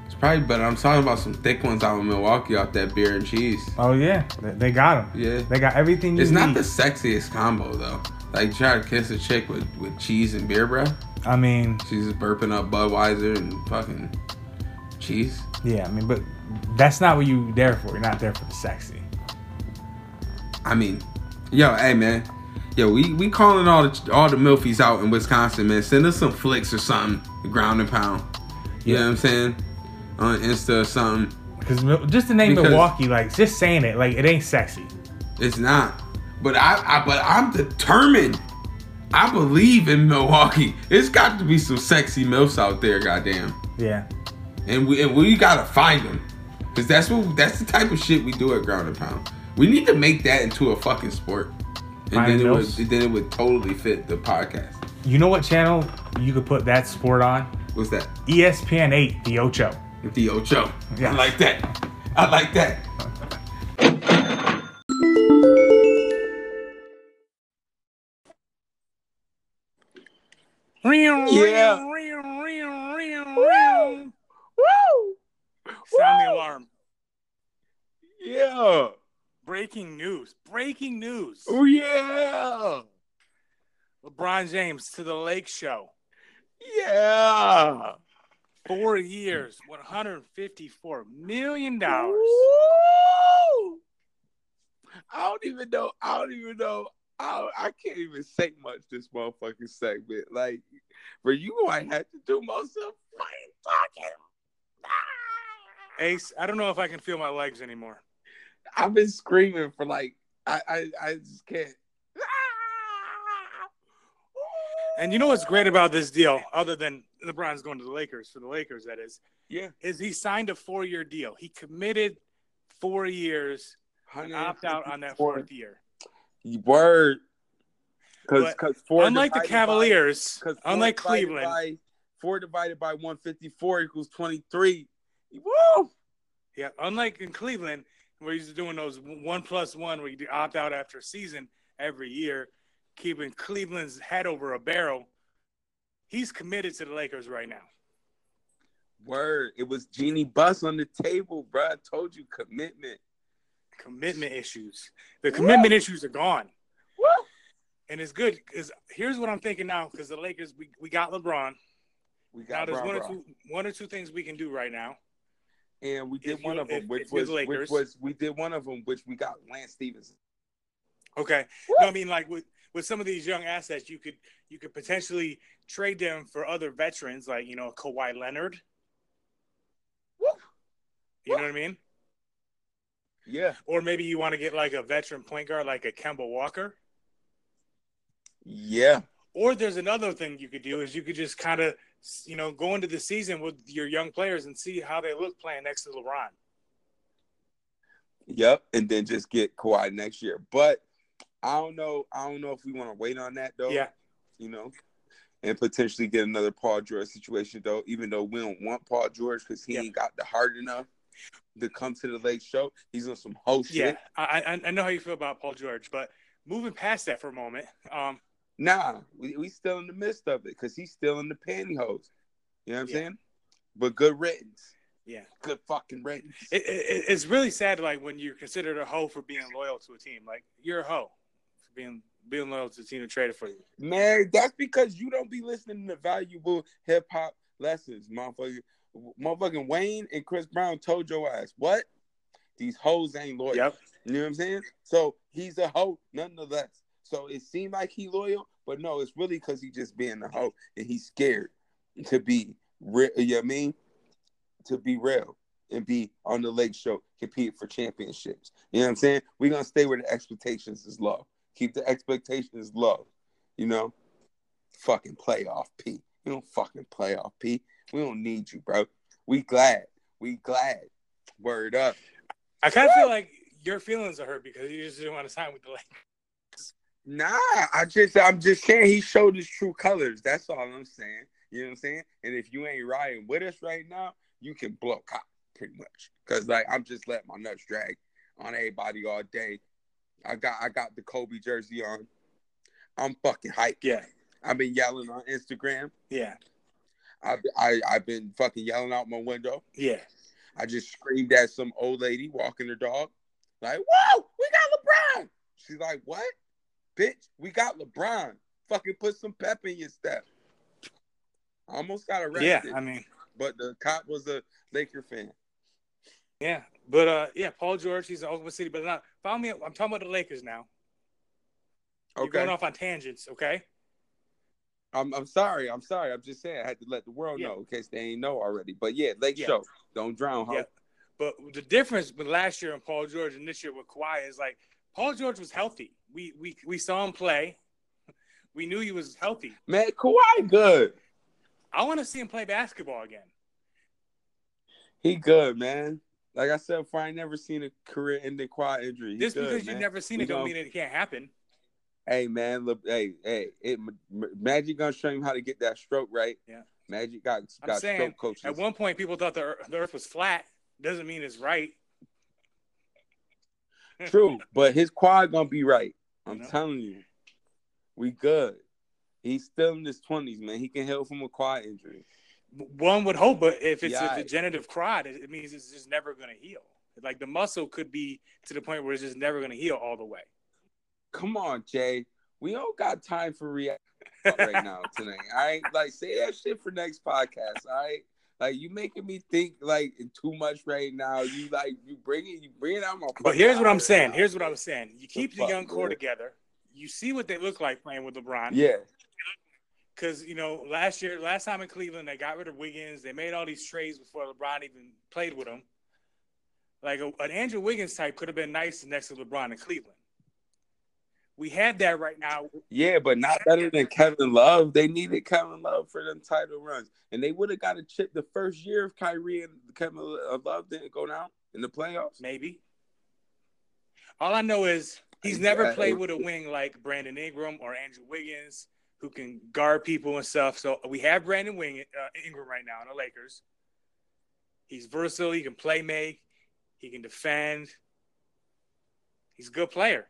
It's probably, but I'm talking about some thick ones out in Milwaukee off that beer and cheese.
Oh yeah, they- they got them.
Yeah.
They got everything you
It's not
need.
the sexiest combo though. Like try to kiss a chick with, with cheese and beer, bro.
I mean,
She's just burping up Budweiser and fucking cheese.
yeah, I mean, but that's not what you there for. You're not there for the sexy.
I mean, yo, hey man, yo, we we calling all the all the milfies out in Wisconsin, man. Send us some flicks or something, ground and pound. You know what I'm saying? On Insta or something.
Because just the name
Because-
Milwaukee, like just saying it, like it ain't sexy.
It's not. But I, I but I'm determined. I believe in Milwaukee. It's got to be some sexy milfs out there, goddamn.
Yeah.
And we and we gotta find them, cause that's what that's the type of shit we do at Ground and Pound. We need to make that into a fucking sport, and
Finding
then it would
milfs?
then it would totally fit the podcast.
You know what channel you could put that sport on? E
What's that?
ESPN 8, The Ocho.
The Ocho.
Yeah.
I like that. I like that.
Yeah. Woo! Woo!
Sound the alarm.
Yeah.
Breaking news. Breaking news.
Oh yeah.
LeBron James to the Lake Show.
Yeah.
Four years, $154 million.
Woo!
I don't even know. I don't even know. I, I can't even say much this motherfucking segment. Like, where you might have to do most of what you talking.
Ace, I don't know if I can feel my legs anymore.
I've been screaming for like I I, I just can't.
And you know what's great about this deal, other than LeBron's going to the Lakers, for the Lakers, that is,
yeah,
is he signed a four year deal. He committed four years, opt out on that fourth year.
Word. Because
But
because four
unlike the
divided by-
Cavaliers,
'cause four
unlike
divided
Cleveland,
by- four divided by one fifty four equals twenty three.
Yeah, unlike in Cleveland, where he's doing those one plus one, where you do opt out after a season every year, keeping Cleveland's head over a barrel. He's committed to the Lakers right now.
Word. It was Genie Bus on the table, bro. I told you commitment.
Commitment issues. The commitment issues are gone.
Woo!
And it's good because here's what I'm thinking now because the Lakers, we, we got LeBron.
We
now
got
there's
Bron
one or
Bron.
two one or two things we can do right now.
and we did
If you-
one of them,
if-
which
if you're
was
the
which
Lakers.
was we did one of them, which we got Lance Stevenson.
Okay. No, I mean like with with some of these young assets, you could you could potentially trade them for other veterans, like you know Kawhi Leonard. You know what I mean?
Yeah.
Or maybe you want to get like a veteran point guard, like a Kemba Walker.
Yeah.
Or there's another thing you could do is you could just kind of you know go into the season with your young players and see how they look playing next to LeBron.
Yep. And then just get Kawhi next year. But I don't know. I don't know if we want to wait on that though.
Yeah.
You know, and potentially get another Paul George situation though. Even though we don't want Paul George because he ain't got the heart enough to come to the late show. He's on some whole shit.
Yeah, I, I I know how you feel about Paul George, but moving past that for a moment, um,
Nah, we, we still in the midst of it because he's still in the pantyhose. You know what I'm
Yeah.
saying? But good riddance.
yeah,
Good fucking riddance.
it, it, it's really sad like when you're considered a hoe for being loyal to a team like you're a hoe for being being loyal to the team that traded for you
Man, that's because you don't be listening to valuable hip hop lessons, motherfucker. Motherfucking Wayne and Chris Brown told your ass what? These hoes ain't loyal. You know what I'm saying? So he's a hoe nonetheless. So it seemed like he loyal, but no, it's really because he just being a hoe and he's scared to be real. You know what I mean? To be real and be on the lake show, compete for championships. You know what I'm saying? We're gonna stay where the expectations is low. Keep the expectations low. You know, fucking playoff P. We don't fucking playoff P. We don't need you, bro. We glad. We glad. Word up.
i kind of feel like your feelings are hurt because you just didn't want to sign with the lakers
Nah, I just I'm just saying he showed his true colors. That's all I'm saying. You know what I'm saying? And if you ain't riding with us right now, you can blow cop pretty much. Cause like I'm just letting my nuts drag on everybody all day. I got I got the Kobe jersey on. I'm fucking hyped.
Yeah.
I've been yelling on Instagram.
yeah
I've I, I've been fucking yelling out my window.
yeah
I just screamed at some old lady walking her dog, like, "Whoa, we got LeBron!" She's like, "What, bitch? We got LeBron! Fucking put some pep in your step." I almost got arrested.
yeah i mean
but the cop was a Laker fan.
yeah but uh yeah paul george he's in oklahoma city but not follow me i'm talking about the lakers now you're
Okay,
going off on tangents okay
I'm I'm sorry. I'm sorry. I'm just saying I had to let the world
Yeah.
know in case they ain't know already. But yeah, Lake
Yeah.
Show, don't drown, huh?
Yeah. But the difference with last year and Paul George and this year with Kawhi is like Paul George was healthy. We we we saw him play. We knew he was healthy.
Man, Kawhi good.
I want to see him play basketball again.
He good, man. Like I said, before, I ain't never seen a career ending quad injury. He
Just
good,
because
man.
you've never seen
We
it don't
gonna-
mean it can't happen.
Hey man, look, hey, hey, it, M- M- Magic gonna show him how to get that stroke right.
Yeah.
Magic got
I'm
got
saying
stroke coaches.
at one point people thought the earth, the earth was flat. Doesn't mean it's right.
True, but his quad gonna be right. I'm telling you, we good. He's still in his twenties, man. He can heal from a quad injury.
One would hope, but if it's
Yeah.
a degenerative crod, it it means it's just never going to heal. Like the muscle could be to the point where it's just never going to heal all the way.
Come on, Jay. We don't got time for react right now tonight. All right, like say that shit for next podcast. All right, like you making me think like too much right now. You like you bringing you bringing out my.
But here's what I'm saying. Here's what I'm saying. You keep the
fuck,
young core
man?
together. You see what they look like playing with LeBron.
Yeah.
Because you know, last year, last time in Cleveland, they got rid of Wiggins. They made all these trades before LeBron even played with them. Like a, an Andrew Wiggins type could have been nice next to LeBron in Cleveland. We have that right now.
Yeah, but not better than Kevin Love. They needed Kevin Love for them title runs, and they would have got a chip the first year if Kyrie and Kevin Love didn't go down in the playoffs.
Maybe. All I know is he's never
Yeah,
played
it-
with a wing like Brandon Ingram or Andrew Wiggins, who can guard people and stuff. So we have Brandon Wing, uh, Ingram right now in the Lakers. He's versatile. He can play make. He can defend. He's a good player.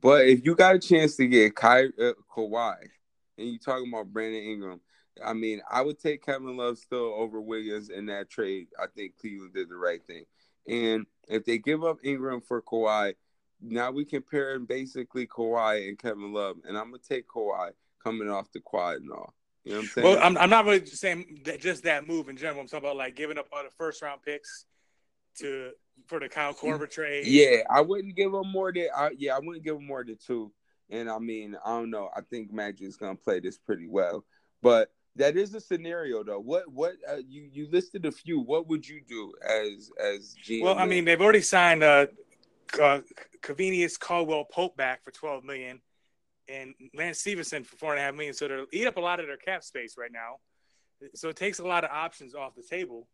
But if you got a chance to get Ky- uh, Kawhi, and you talking about Brandon Ingram, I mean, I would take Kevin Love still over Wiggins in that trade. I think Cleveland did the right thing. And if they give up Ingram for Kawhi, now we comparing basically Kawhi and Kevin Love, and I'm gonna take Kawhi coming off the quad and all. You know what I'm saying?
Well, I'm, I'm not really saying that just that move in general. I'm talking about like giving up all the first round picks to for the Kyle Korver trade.
Yeah, I wouldn't give him more than. I, yeah, I wouldn't give him more than two. And I mean, I don't know. I think Magic's gonna play this pretty well, but that is a scenario though. What what uh, you you listed a few. What would you do as as GM?
Well, I mean, they've already signed uh, uh Cavenius Caldwell Pope back for twelve million, and Lance Stevenson for four and a half million. So they will eat up a lot of their cap space right now. So it takes a lot of options off the table.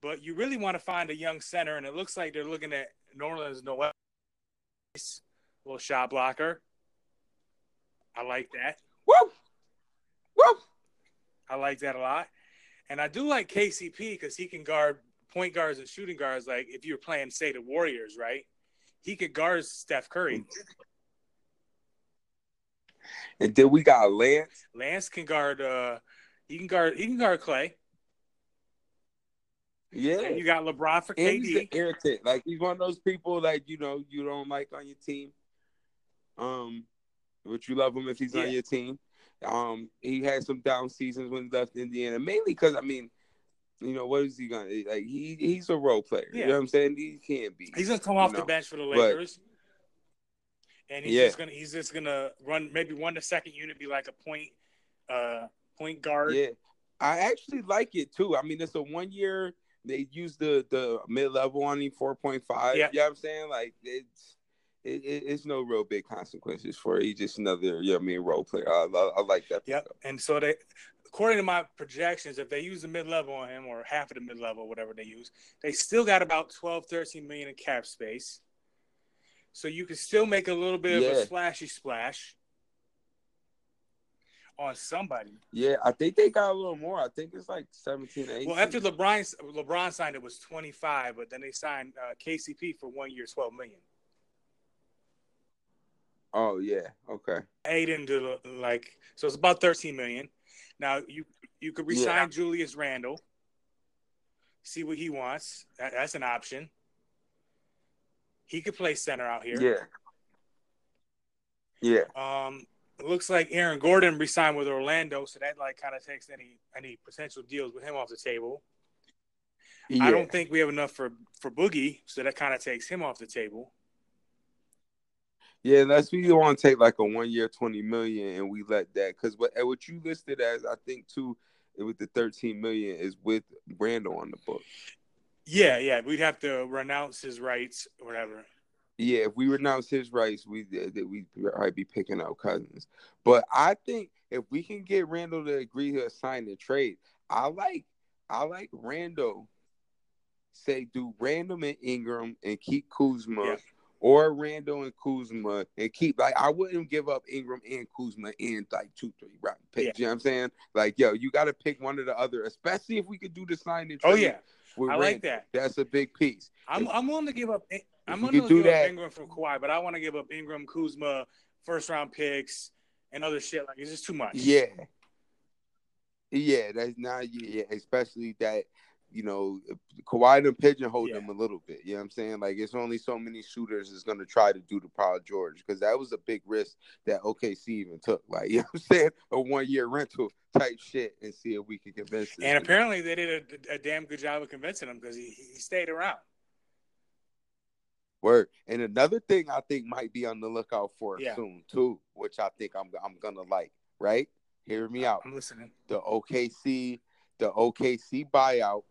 But you really want to find a young center, and it looks like they're looking at New Orleans Noel, little shot blocker. I like that.
Woo, woo.
I like that a lot, and I do like KCP because he can guard point guards and shooting guards. Like if you're playing, say, the Warriors, right? He could guard Steph Curry.
Mm-hmm. and then we got Lance.
Lance can guard. Uh, he can guard. He can guard Clay.
Yeah,
And you got LeBron for
And he's an
KD.
irritant. Like he's one of those people that you know you don't like on your team. Um, but you love him if he's
Yeah.
on your team. Um, he had some down seasons when he left Indiana, mainly because I mean, you know, what is he gonna like? He he's a role player. You
Yeah.
know what I'm saying? He can't be.
He's gonna come off
you
the
know,
bench for the
but-
Lakers. and he's
Yeah.
just gonna he's just gonna run maybe one to second unit, be like a point uh point guard.
Yeah, I actually like it too. I mean, it's a one year. They use the the mid level on him, four point five.
Yeah.
you know what I'm saying like it's it, it, it's no real big consequences for it. He's just another, you know, what I mean, role player. I, I, I like that.
Yep. And so they, according to my projections, if they use the mid level on him or half of the mid level, whatever they use, they still got about 12, 13 million in cap space. So you can still make a little bit of
Yeah.
a splashy splash on somebody.
Yeah, I think they got a little more. I think it's like 17, 18.
Well, after LeBron LeBron signed, it was twenty five, but then they signed uh, KCP for one year, twelve million.
oh yeah, okay.
Eight into the, like, so it's about thirteen million. Now you you could resign
Yeah.
Julius Randle, see what he wants. That, that's an option. He could play center out here.
Yeah,
Um, it looks like Aaron Gordon resigned with Orlando, so that like kind of takes any any potential deals with him off the table.
yeah.
I don't think we have enough for for Boogie, so that kind of takes him off the table.
Yeah, unless we want to take like a one year twenty million and we let that because what and what you listed as I think too with the thirteen million is with Brando on the book.
Yeah, yeah, we'd have to renounce his rights or whatever.
Yeah, if we renounce his rights, we that we might be picking up Cousins. But I think if we can get Randall to agree to sign the trade, I like I like Randall. Say do Randall and Ingram and keep Kuzma, or Randall and Kuzma and keep like I wouldn't give up Ingram and Kuzma in like two three round picks. You know what I'm saying? Like yo, you got to pick one or the other, especially if we could do the sign and trade.
Oh, yeah.
with
I like
Randle.
that.
That's a big piece.
I'm
If-
I'm willing to give up. I'm
you
willing
could
to
do
give
that-
up Ingram for Kawhi, but I want to give up Ingram, Kuzma, first round picks, and other shit. Like it's just too much.
Yeah. Yeah, that's not yeah, especially that you know Kawhi done pigeonholed him a little bit. You know what I'm saying? Like it's only so many shooters is gonna try to do the Paul George because that was a big risk that OKC even took. Like you know what I'm saying, a one year rental type shit, and see if we can convince. this
And
nigga.
apparently they did a, a damn good job of convincing him because he, he stayed around.
Word. And another thing I think might be on the lookout for
Yeah.
soon too, which I think I'm I'm gonna like. Right? Hear me out.
I'm listening.
The OKC, the OKC buyout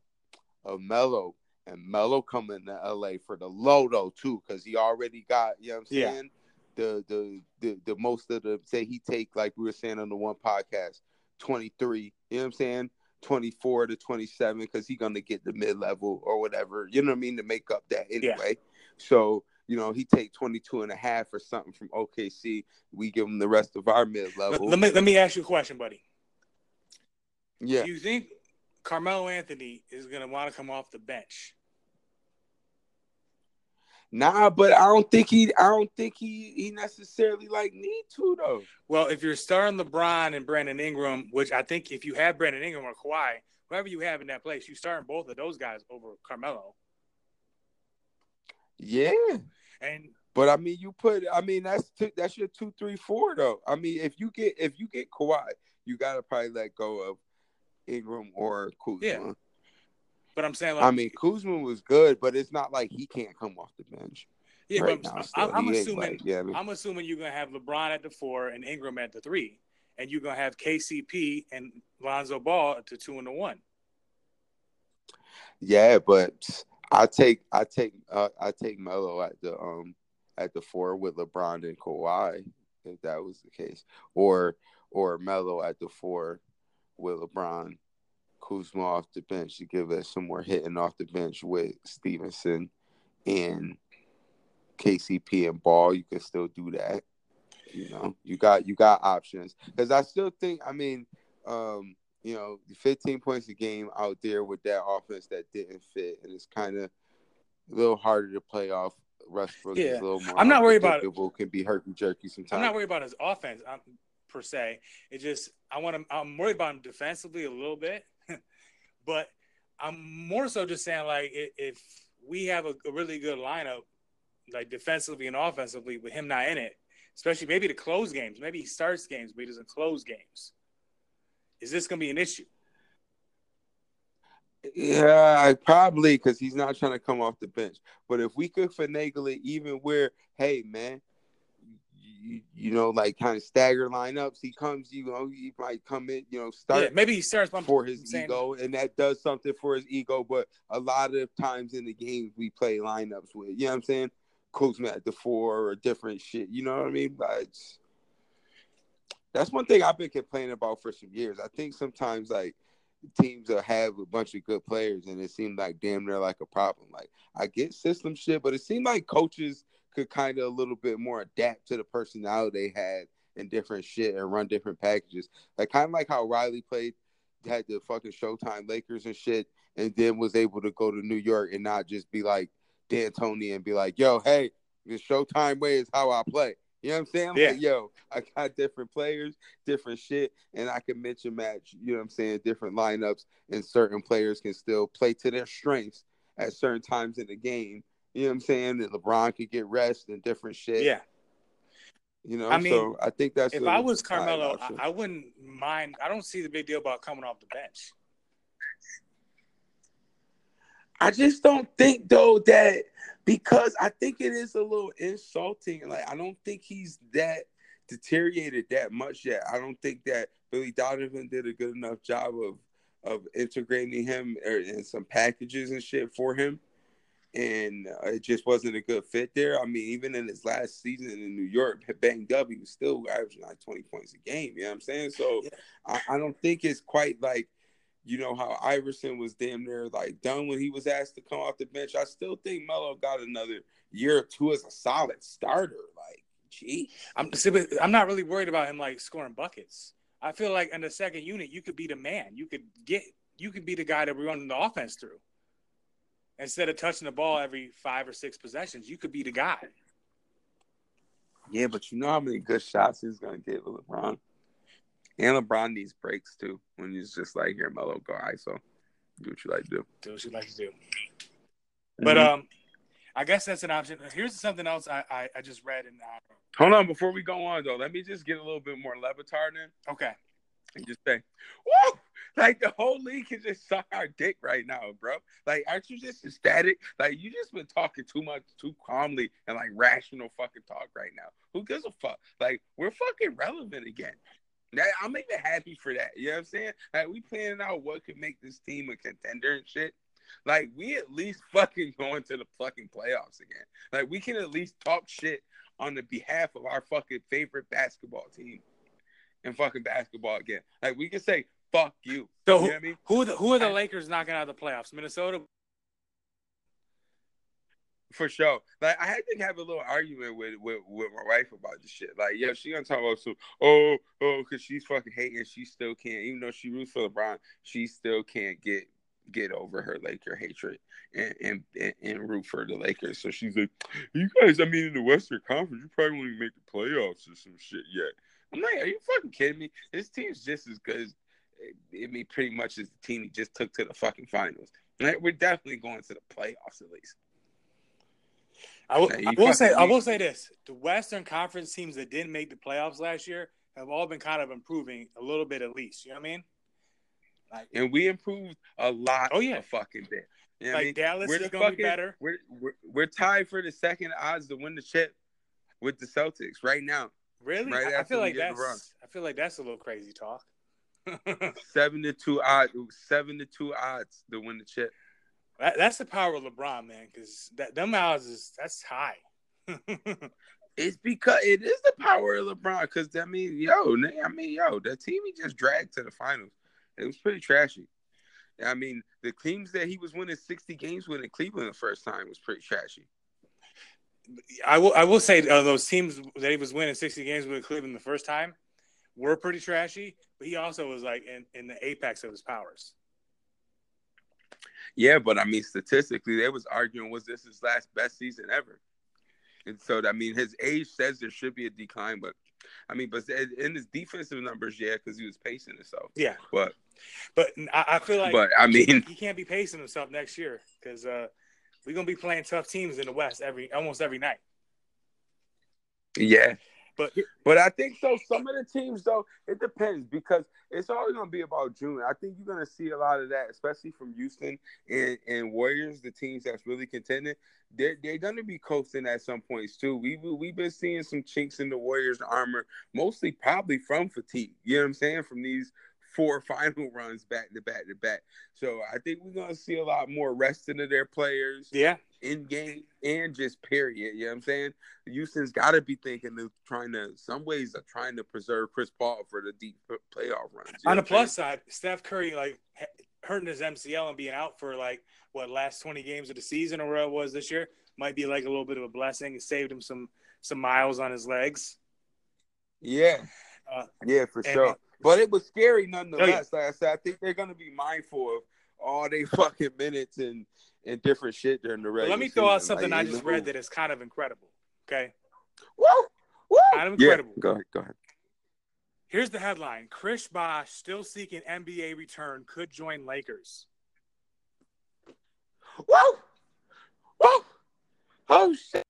of Melo and Melo coming to LA for the low though too, because he already got. You know what I'm
Yeah.
saying? The, the the the most of the say he take like we were saying on the one podcast, 23. You know what I'm saying? 24 to 27 because he gonna get the mid level or whatever. You know what I mean to make up that anyway. So, you know, he take 22 and a half or something from OKC. We give him the rest of our mid
Let,
level.
let me let me ask you a question, buddy.
Yeah.
Do you think Carmelo Anthony is gonna want to come off the bench?
Nah, but I don't think he I don't think he he necessarily like need to though.
Well, if you're starting LeBron and Brandon Ingram, which I think if you have Brandon Ingram or Kawhi, whoever you have in that place, you starting both of those guys over Carmelo.
Yeah.
And
But I mean you put I mean that's two, that's your two, three, four though. I mean if you get if you get Kawhi, you gotta probably let go of Ingram or Kuzma.
Yeah. But I'm saying, like,
I mean Kuzma was good, but it's not like he can't come off the bench.
yeah,
right
but
now
I'm,
still.
I'm- I'm
He ain't
assuming,
like- yeah, I mean-
I'm assuming you're gonna have LeBron at the four and Ingram at the three, and you're gonna have KCP and Lonzo Ball at the two and the one.
Yeah, but I take I take uh, I take Melo at the um at the four with LeBron and Kawhi if that was the case, or or Melo at the four with LeBron, Kuzma off the bench to give us some more hitting off the bench with Stevenson and KCP and Ball. You can still do that. You know, you got you got options because I still think I mean, um, you know, 15 points a game out there with that offense that didn't fit, and it's kind of a little harder to play off. Westbrook is
Yeah.
a little more.
I'm not worried about it.
unpredictable, Can be herky jerky sometimes.
I'm not worried about his offense um, per se. It just I want to. I'm worried about him defensively a little bit, but I'm more so just saying like i- if we have a, a really good lineup, like defensively and offensively, with him not in it, especially maybe to close games. Maybe he starts games, but he doesn't close games. Is this going to be an issue?
Yeah, probably because he's not trying to come off the bench. But if we could finagle it, even where, hey man, you, you know, like kind of stagger lineups, he comes, you know, he might come in, you know, start.
Yeah, maybe he starts. but I'm-
for his
I'm saying-
ego, and that does something for his ego. But a lot of times in the games we play lineups with, you know what I'm saying? Kuzma at the four or different shit. You know what I mean? Like, it's- that's one thing I've been complaining about for some years. I think sometimes like teams will have a bunch of good players, and it seemed like damn near like a problem. Like I get system shit, but it seemed like coaches could kind of a little bit more adapt to the personality they had and different shit and run different packages. Like kind of like how Riley played had the fucking Showtime Lakers and shit, and then was able to go to New York and not just be like Dan Tony and be like, yo, hey, the Showtime way is how I play. You know what I'm saying?
Yeah.
Like, yo, I got different players, different shit, and I can mention match, you know what I'm saying, different lineups, and certain players can still play to their strengths at certain times in the game. You know what I'm saying? And LeBron could get rest and different shit.
Yeah.
You know,
I mean,
so I think that's
if
a
I was
fine
Carmelo,
option.
I, I wouldn't mind. I don't see the big deal about coming off the bench.
I just don't think though that because I think it is a little insulting. Like I don't think he's that deteriorated that much yet. I don't think that Billy Donovan did a good enough job of of integrating him or in some packages and shit for him and uh, it just wasn't a good fit there. I mean, even in his last season in New York, banged up, he was still averaging like 20 points a game. You know what I'm saying? So I, I don't think it's quite like, you know, how Iverson was damn near like done when he was asked to come off the bench. I still think Melo got another year or two as a solid starter. Like, gee.
I'm see, but I'm not really worried about him like scoring buckets. I feel like in the second unit, you could be the man. You could get you could be the guy that we're running the offense through. Instead of touching the ball every five or six possessions, you could be the guy.
Yeah, but you know how many good shots he's gonna get with LeBron. And LeBron needs breaks too when he's just like, here, Melo, go ISO. Do what you like to do. Mhm.
Do what you like to do. But
Mm-hmm.
um, I guess that's an option. Here's something else I I, I just read and uh,
Hold on, before we go on though, let me just get a little bit more Levitard in.
Okay.
And just say, Woo! Like the whole league can just suck our dick right now, bro. Like, aren't you just ecstatic? Like you just been talking too much, too calmly and like rational fucking talk right now. Who gives a fuck? Like, we're fucking relevant again. That, I'm even happy for that. You know what I'm saying? Like we planning out what could make this team a contender and shit. Like we at least fucking going to the fucking playoffs again. Like we can at least talk shit on the behalf of our fucking favorite basketball team and fucking basketball again. Like we can say fuck you.
So
you
who,
know what I mean?
who are the, who are the Lakers knocking out of the playoffs? Minnesota.
for sure. Like I had to have a little argument with with, with my wife about this shit. Like, yo, she gonna talk about some oh oh because she's fucking hating. She still can't, even though she roots for LeBron, she still can't get get over her Laker hatred and and, and, and root for the Lakers. So she's like, you guys, I mean, in the Western Conference, you probably won't even make the playoffs or some shit yet. I'm like, are you fucking kidding me? This team's just as good as I mean, pretty much as the team he just took to the fucking finals. Like, we're definitely going to the playoffs at least.
I will,
Nah, you
I will say I
fucking-
will say this: the Western Conference teams that didn't make the playoffs last year have all been kind of improving a little bit at least. You know what I mean?
and we improved a lot. Oh yeah, a fucking bit. You know what I
Like,
mean?
Dallas
We're
is
the
gonna be better.
We're, we're we're tied for the second odds to win the chip with the Celtics right now.
Really?
Right
I- I,
after
feel
we
like
get LeBron.
that's I feel like that's a little crazy talk.
seven to two odds. Seven to two odds to win the chip.
That, that's the power of LeBron, man, because that them odds is that's high.
It's because it is the power of LeBron. Because I mean, yo, n- I mean, yo, the team he just dragged to the finals. It was pretty trashy. I mean, the teams that he was winning sixty games with in Cleveland the first time was pretty trashy.
I will I will say uh, those teams that he was winning sixty games with Cleveland the first time were pretty trashy, but he also was like in, in the apex of his powers.
Yeah, but I mean, statistically, they was arguing was this his last best season ever, and so I mean, his age says there should be a decline, but I mean, but in his defensive numbers, yeah, because he was pacing himself.
Yeah.
but
But I, I feel like,
But, I mean-
he can't be pacing himself next year because uh, we're gonna be playing tough teams in the West every almost every night.
yeah,
But
but I think so. Some of the teams, though, it depends because it's always gonna be about June. I think you're gonna see a lot of that, especially from Houston and and Warriors, the teams that's really contending. They're they're gonna be coasting at some points too. We we- we've been seeing some chinks in the Warriors' armor, mostly probably from fatigue. You know what I'm saying? From these four final runs back to back to back. So I think we're gonna see a lot more resting of their players.
Yeah.
In game and just period. You know what I'm saying? Houston's gotta be thinking of trying to some ways of trying to preserve Chris Paul for the deep p- playoff runs. you
On the
know what I'm
plus side, Steph Curry like h- hurting his MCL and being out for like what last twenty games of the season or where it was this year might be like a little bit of a blessing. It saved him some some miles on his legs.
saying?
Yeah. Uh,
yeah, for
and-
sure. But it was scary
Oh, yeah.
nonetheless. Like I said, I think they're gonna be mindful of all they fucking minutes and and different shit during the
But
regular.
let me throw out
season. Like,
something I
you
just
know.
read that is kind of incredible. Okay.
Whoa! Whoa!
Kind of
Yeah,
incredible.
go ahead, go ahead.
Here's the headline: Chris Bosh still seeking NBA return, could join Lakers.
Whoa! Whoa! Oh shit!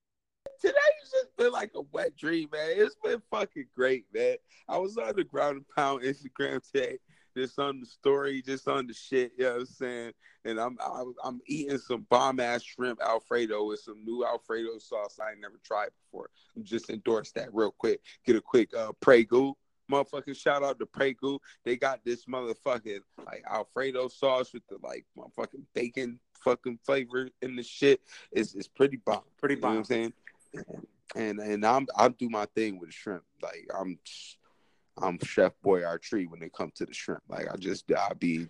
Today's just been like a wet dream, man. It's been fucking great, man. I was on the ground and pound Instagram today, just on the story, just on the shit. You know what I'm saying? And I'm I'm, I'm eating some bomb ass shrimp Alfredo with some new Alfredo sauce I ain't never tried before. Just endorse that real quick. Get a quick uh pregoo. Motherfucking shout out to Pregoo. They got this motherfucking like Alfredo sauce with the like motherfucking bacon fucking flavor in the shit is is pretty bomb.
Pretty
You know what I'm saying? And and I'm I do my thing with shrimp. Like I'm I'm Chef Boyardee when it comes to the shrimp. Like I just I be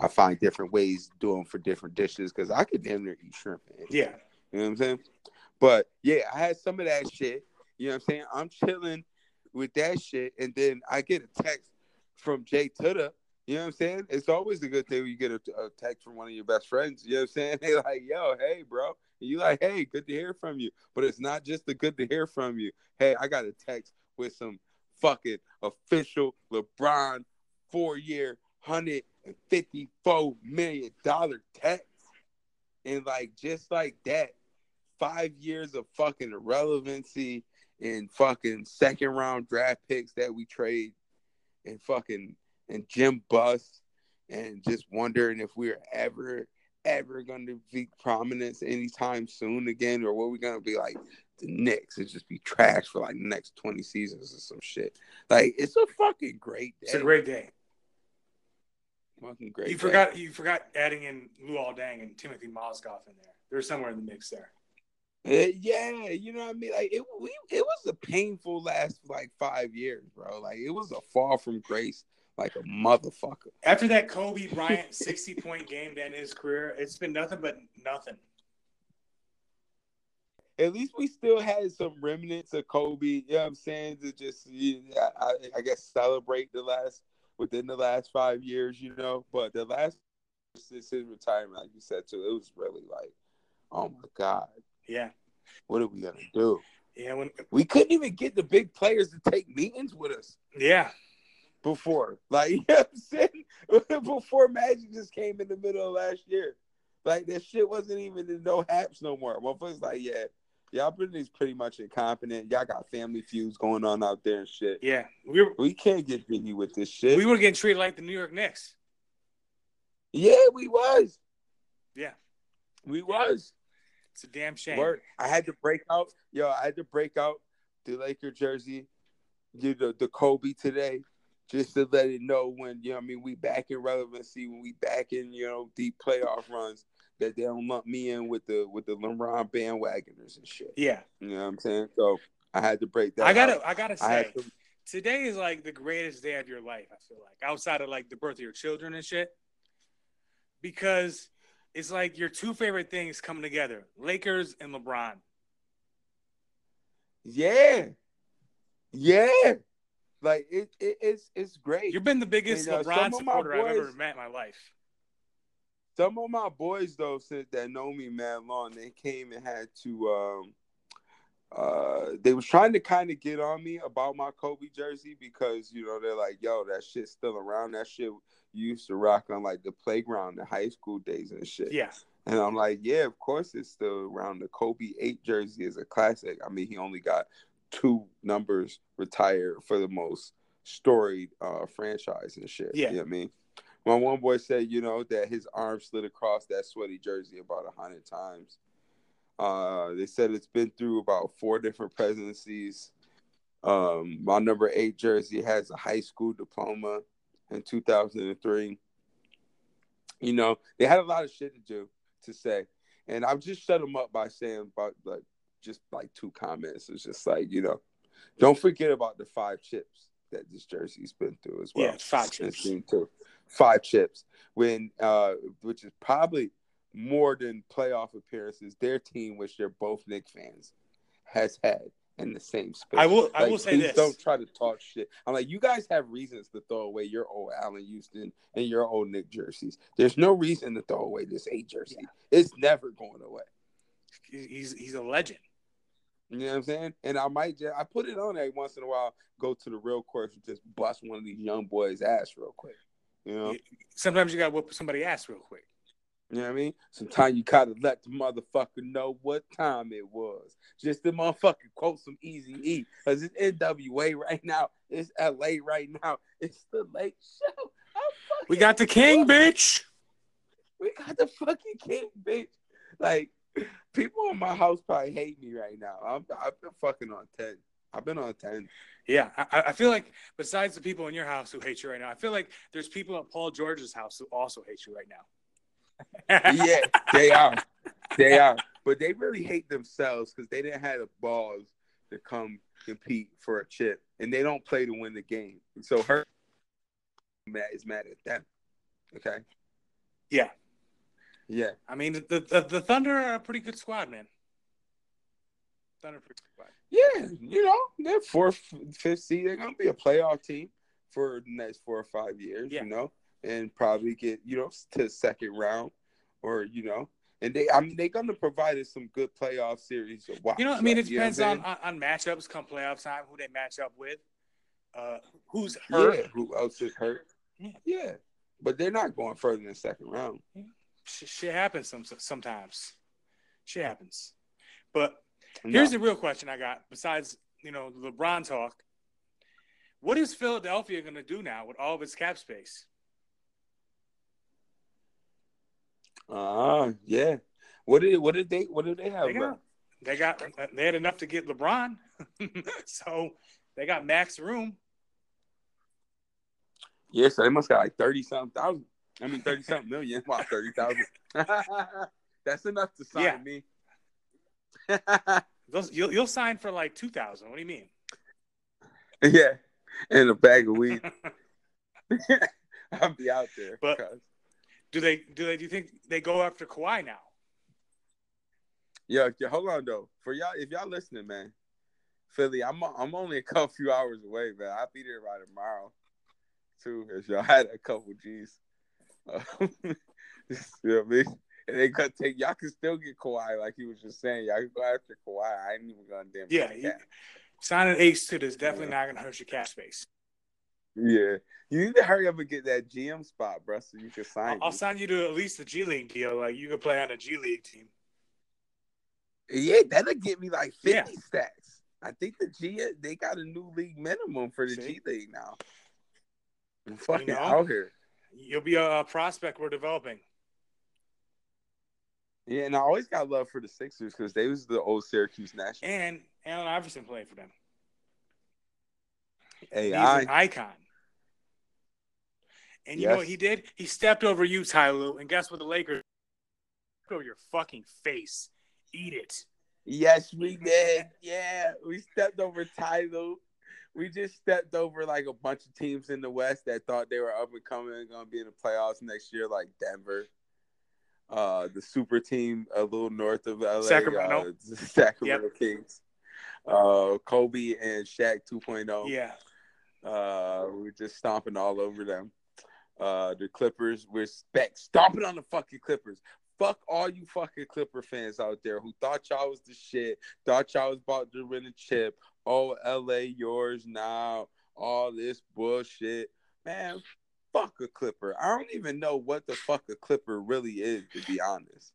I find different ways to do them for different dishes because I could damn near eat shrimp. man.
Yeah.
You know what I'm saying? But yeah, I had some of that shit. You know what I'm saying? I'm chilling with that shit, and then I get a text from Jay Tuda. You know what I'm saying? It's always a good thing when you get a, a text from one of your best friends. You know what I'm saying? They like, yo, hey, bro. And you like, hey, good to hear from you. But it's not just the good to hear from you. Hey, I got a text with some fucking official LeBron four year hundred and fifty four million dollar tax. And like just like that, five years of fucking irrelevancy and fucking second round draft picks that we trade and fucking and Jim Bust and just wondering if we're ever ever gonna be prominence anytime soon again or what we gonna be like the Knicks and just be trash for like the next twenty seasons or some shit. Like it's a fucking great day.
It's a great day.
Fucking great.
you
day.
forgot you forgot adding in Lou Aldang and Timothy Mozgov in there. They're somewhere in the mix there.
Uh, yeah, you know what I mean. Like it, we, it was a painful last like five years, bro. Like it was a fall from grace, like a motherfucker.
After that Kobe Bryant sixty point game to end his career, it's been nothing but nothing.
At least we still had some remnants of Kobe. You know what I'm saying? To just, you- I, I- I guess, celebrate the last within the last five years, you know. But the last since his retirement, like you said too, it was really like, oh my god,
Yeah.
what are we gonna do?
Yeah, when
We couldn't even get the big players to take meetings with us.
Yeah.
Before. Like, you know what I'm saying? Before Magic just came in the middle of last year. Like, that shit wasn't even in no haps no more. Motherfuckers like, yeah, y'all pretty, pretty much incompetent. Y'all got family feuds going on out there and shit.
Yeah. We,
we can't get busy with this shit.
We were getting treated like the New York Knicks.
Yeah, we was.
Yeah.
We was.
It's a damn shame.
Word. I had to break out. Yo, I had to break out the Laker jersey, you know, the Kobe today, just to let it know when you know what I mean we back in relevancy, when we back in you know deep playoff runs that they don't lump me in with the with the LeBron bandwagoners and shit.
Yeah.
you know what I'm saying. So I had to break that.
I gotta
out.
I gotta say
had to-
today is like the greatest day of your life, I feel like. Outside of like the birth of your children and shit. Because it's like your two favorite things coming together. Lakers and LeBron.
yeah, yeah. Like it, it, it's it's great.
You've been the biggest
And, uh,
LeBron
some of my
supporter I've ever
boys-
met in my life.
Some of my boys though since that know me man long, they came and had to um uh they was trying to kind of get on me about my Kobe jersey because you know they're like, yo, that shit's still around. That shit you used to rock on like the playground in high school days and shit.
Yeah.
And I'm like, yeah, of course it's still around. The Kobe 8 jersey is a classic. I mean, he only got two numbers retired for the most storied uh, franchise and shit.
Yeah.
You know what I mean? My one boy said, you know, that his arm slid across that sweaty jersey about a hundred times. Uh, they said it's been through about four different presidencies. Um, my number eight jersey has a high school diploma in 2003. You know, they had a lot of shit to do to say, and I've just shut them up by saying about like just like two comments. It's just like you know, don't forget about the five chips that this jersey's been through as well.
Yeah, five
It's
chips.
been through Five chips, when uh, which is probably more than playoff appearances their team, which they're both Nick fans, has had in the same space.
I will- I
Like,
will say
please
this.
Don't try to talk shit. I'm like, you guys have reasons to throw away your old Allen Houston and your old Nick jerseys. There's no reason to throw away this eight jersey. It's never going away.
He's he's a legend.
You know what I'm saying? And I might just I put it on every once in a while, go to the real course and just bust one of these young boys' ass real quick. You know?
Sometimes you gotta whoop somebody ass real quick.
You know what I mean? Sometimes you gotta let the motherfucker know what time it was. Just the motherfucker quote some Easy E because it's NWA right now. It's LA right now. It's the late show. I'm
We got the king, bitch.
We got the fucking king, bitch. Like people in my house probably hate me right now. I'm, I've been fucking on ten. I've been on ten.
Yeah, I, I- I feel like besides the people in your house who hate you right now, I feel like there's people at Paul George's house who also hate you right now.
yeah, they are. They are. But they really hate themselves because they didn't have the balls to come compete for a chip, and they don't play to win the game. So her mad is mad at them. Okay.
Yeah.
Yeah.
I mean, the, the, the Thunder are a pretty good squad, man. Thunder, pretty good squad.
Yeah, you know they're fourth, fifth seed. They're gonna be a playoff team for the next four or five years.
Yeah.
You know, and probably get you know to second round, or you know, and they I mean they're gonna provide us some good playoff series to watch.
You know, I mean, it
know what I'm
depends on,
saying?
on on matchups come playoff time, who they match up with, uh, who's hurt.
Yeah, who else is hurt? Yeah, but they're not going further than second round.
Sh- shit happens some, sometimes. Shit happens. But here's the real question I got. Besides, you know, the LeBron talk, what is Philadelphia going to do now with all of its cap space?
Ah, yeah. What did what did they what did they have?
They got,
left?
they got they had enough to get LeBron, so they got max room.
Yeah, so they must got like thirty something thousand. I mean thirty something million. Wow, thirty thousand. That's enough to sign me.
Those, you'll, you'll sign for like two thousand. What do you mean?
Yeah, and a bag of weed. I'll be out there.
But
cuz.
do they do they do you think they go after Kawhi now?
Yo, yo, hold on though. For y'all, if y'all listening, man, Philly, I'm I'm only a couple few hours away, man. I'll be there by tomorrow, too. If y'all had a couple G's, Uh, you know what I mean? And they could take y'all can still get Kawhi, like he was just saying. Y'all can go after Kawhi. I ain't even gonna damn.
Yeah, you, signing Ace to this definitely not going to hurt your cap space.
yeah. You need to hurry up and get that GM spot, bro, so you can sign.
I'll sign you to at least a G League deal. Like you could play on a G League team.
Yeah, that'll get me like fifty stacks. I think the G they got a new league minimum for the G League now. I'm fucking
know?
out here.
You'll be a, a prospect we're developing.
Yeah, and I always got love for the Sixers because they was the old Syracuse National.
And Allen Iverson played for them.
Hey,
He's
I,
an icon. And you know
Yes.
what he did? He stepped over you, Tyloo. And guess what? The Lakers stepped over your fucking face. Eat it.
yes, we did. Yeah, we stepped over Tyloo. We just stepped over like a bunch of teams in the West that thought they were up and coming and going to be in the playoffs next year, like Denver, uh, the super team a little north of LA,
Sacramento.
uh, the Sacramento Kings, uh, Kobe and Shaq oh. 2.0.
Yeah.
Uh, we're just stomping all over them. Uh, the Clippers, we're spec stomping on the fucking Clippers. Fuck all you fucking Clipper fans out there who thought y'all was the shit, thought y'all was about to win a chip. Oh, LA, yours now. All this bullshit, man. Fuck a Clipper. I don't even know what the fuck a Clipper really is, to be honest.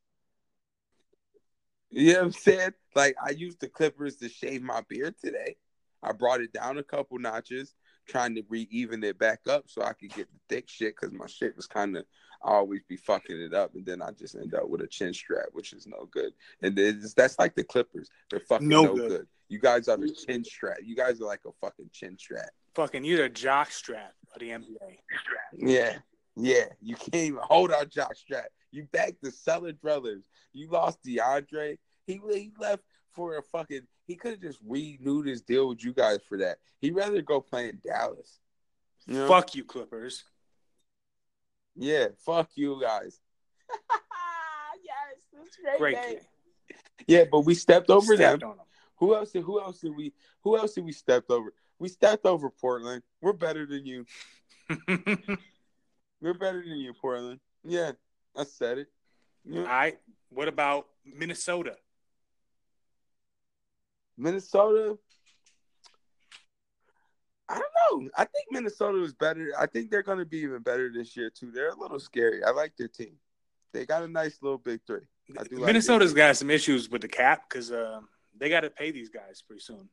You know what I'm saying? Like I used the Clippers to shave my beard today. I brought it down a couple notches, trying to re even it back up so I could get the thick shit because my shit was kind of I always be fucking it up, and then I just end up with a chin strap, which is no good. And it's, that's like the Clippers. They're fucking
No
no,
good.
good. You guys are the chin strap. You guys are like a fucking chin strap.
Fucking, you're the jock strap of the NBA.
Yeah, yeah. You can't even hold our jock strap. You backed the Seller Brothers. You lost DeAndre. He he left for a fucking. He could have just renewed his deal with you guys for that. He'd rather go play in Dallas. Yeah.
Fuck you, Clippers.
Yeah, fuck you guys.
yes, that's
Great day. Yeah, but we stepped over
Stepped
them.
on
Who else? Did, who else did we? Who else did we stepped over? We stepped over Portland. We're better than you. We're better than you, Portland. Yeah, I said it.
All right. What about Minnesota?
Minnesota. I don't know. I think Minnesota is better. I think they're going to be even better this year too. They're a little scary. I like their team. They got a nice little big three. I do. Like their
Minnesota's got some issues with the cap because um they got to pay these guys pretty soon.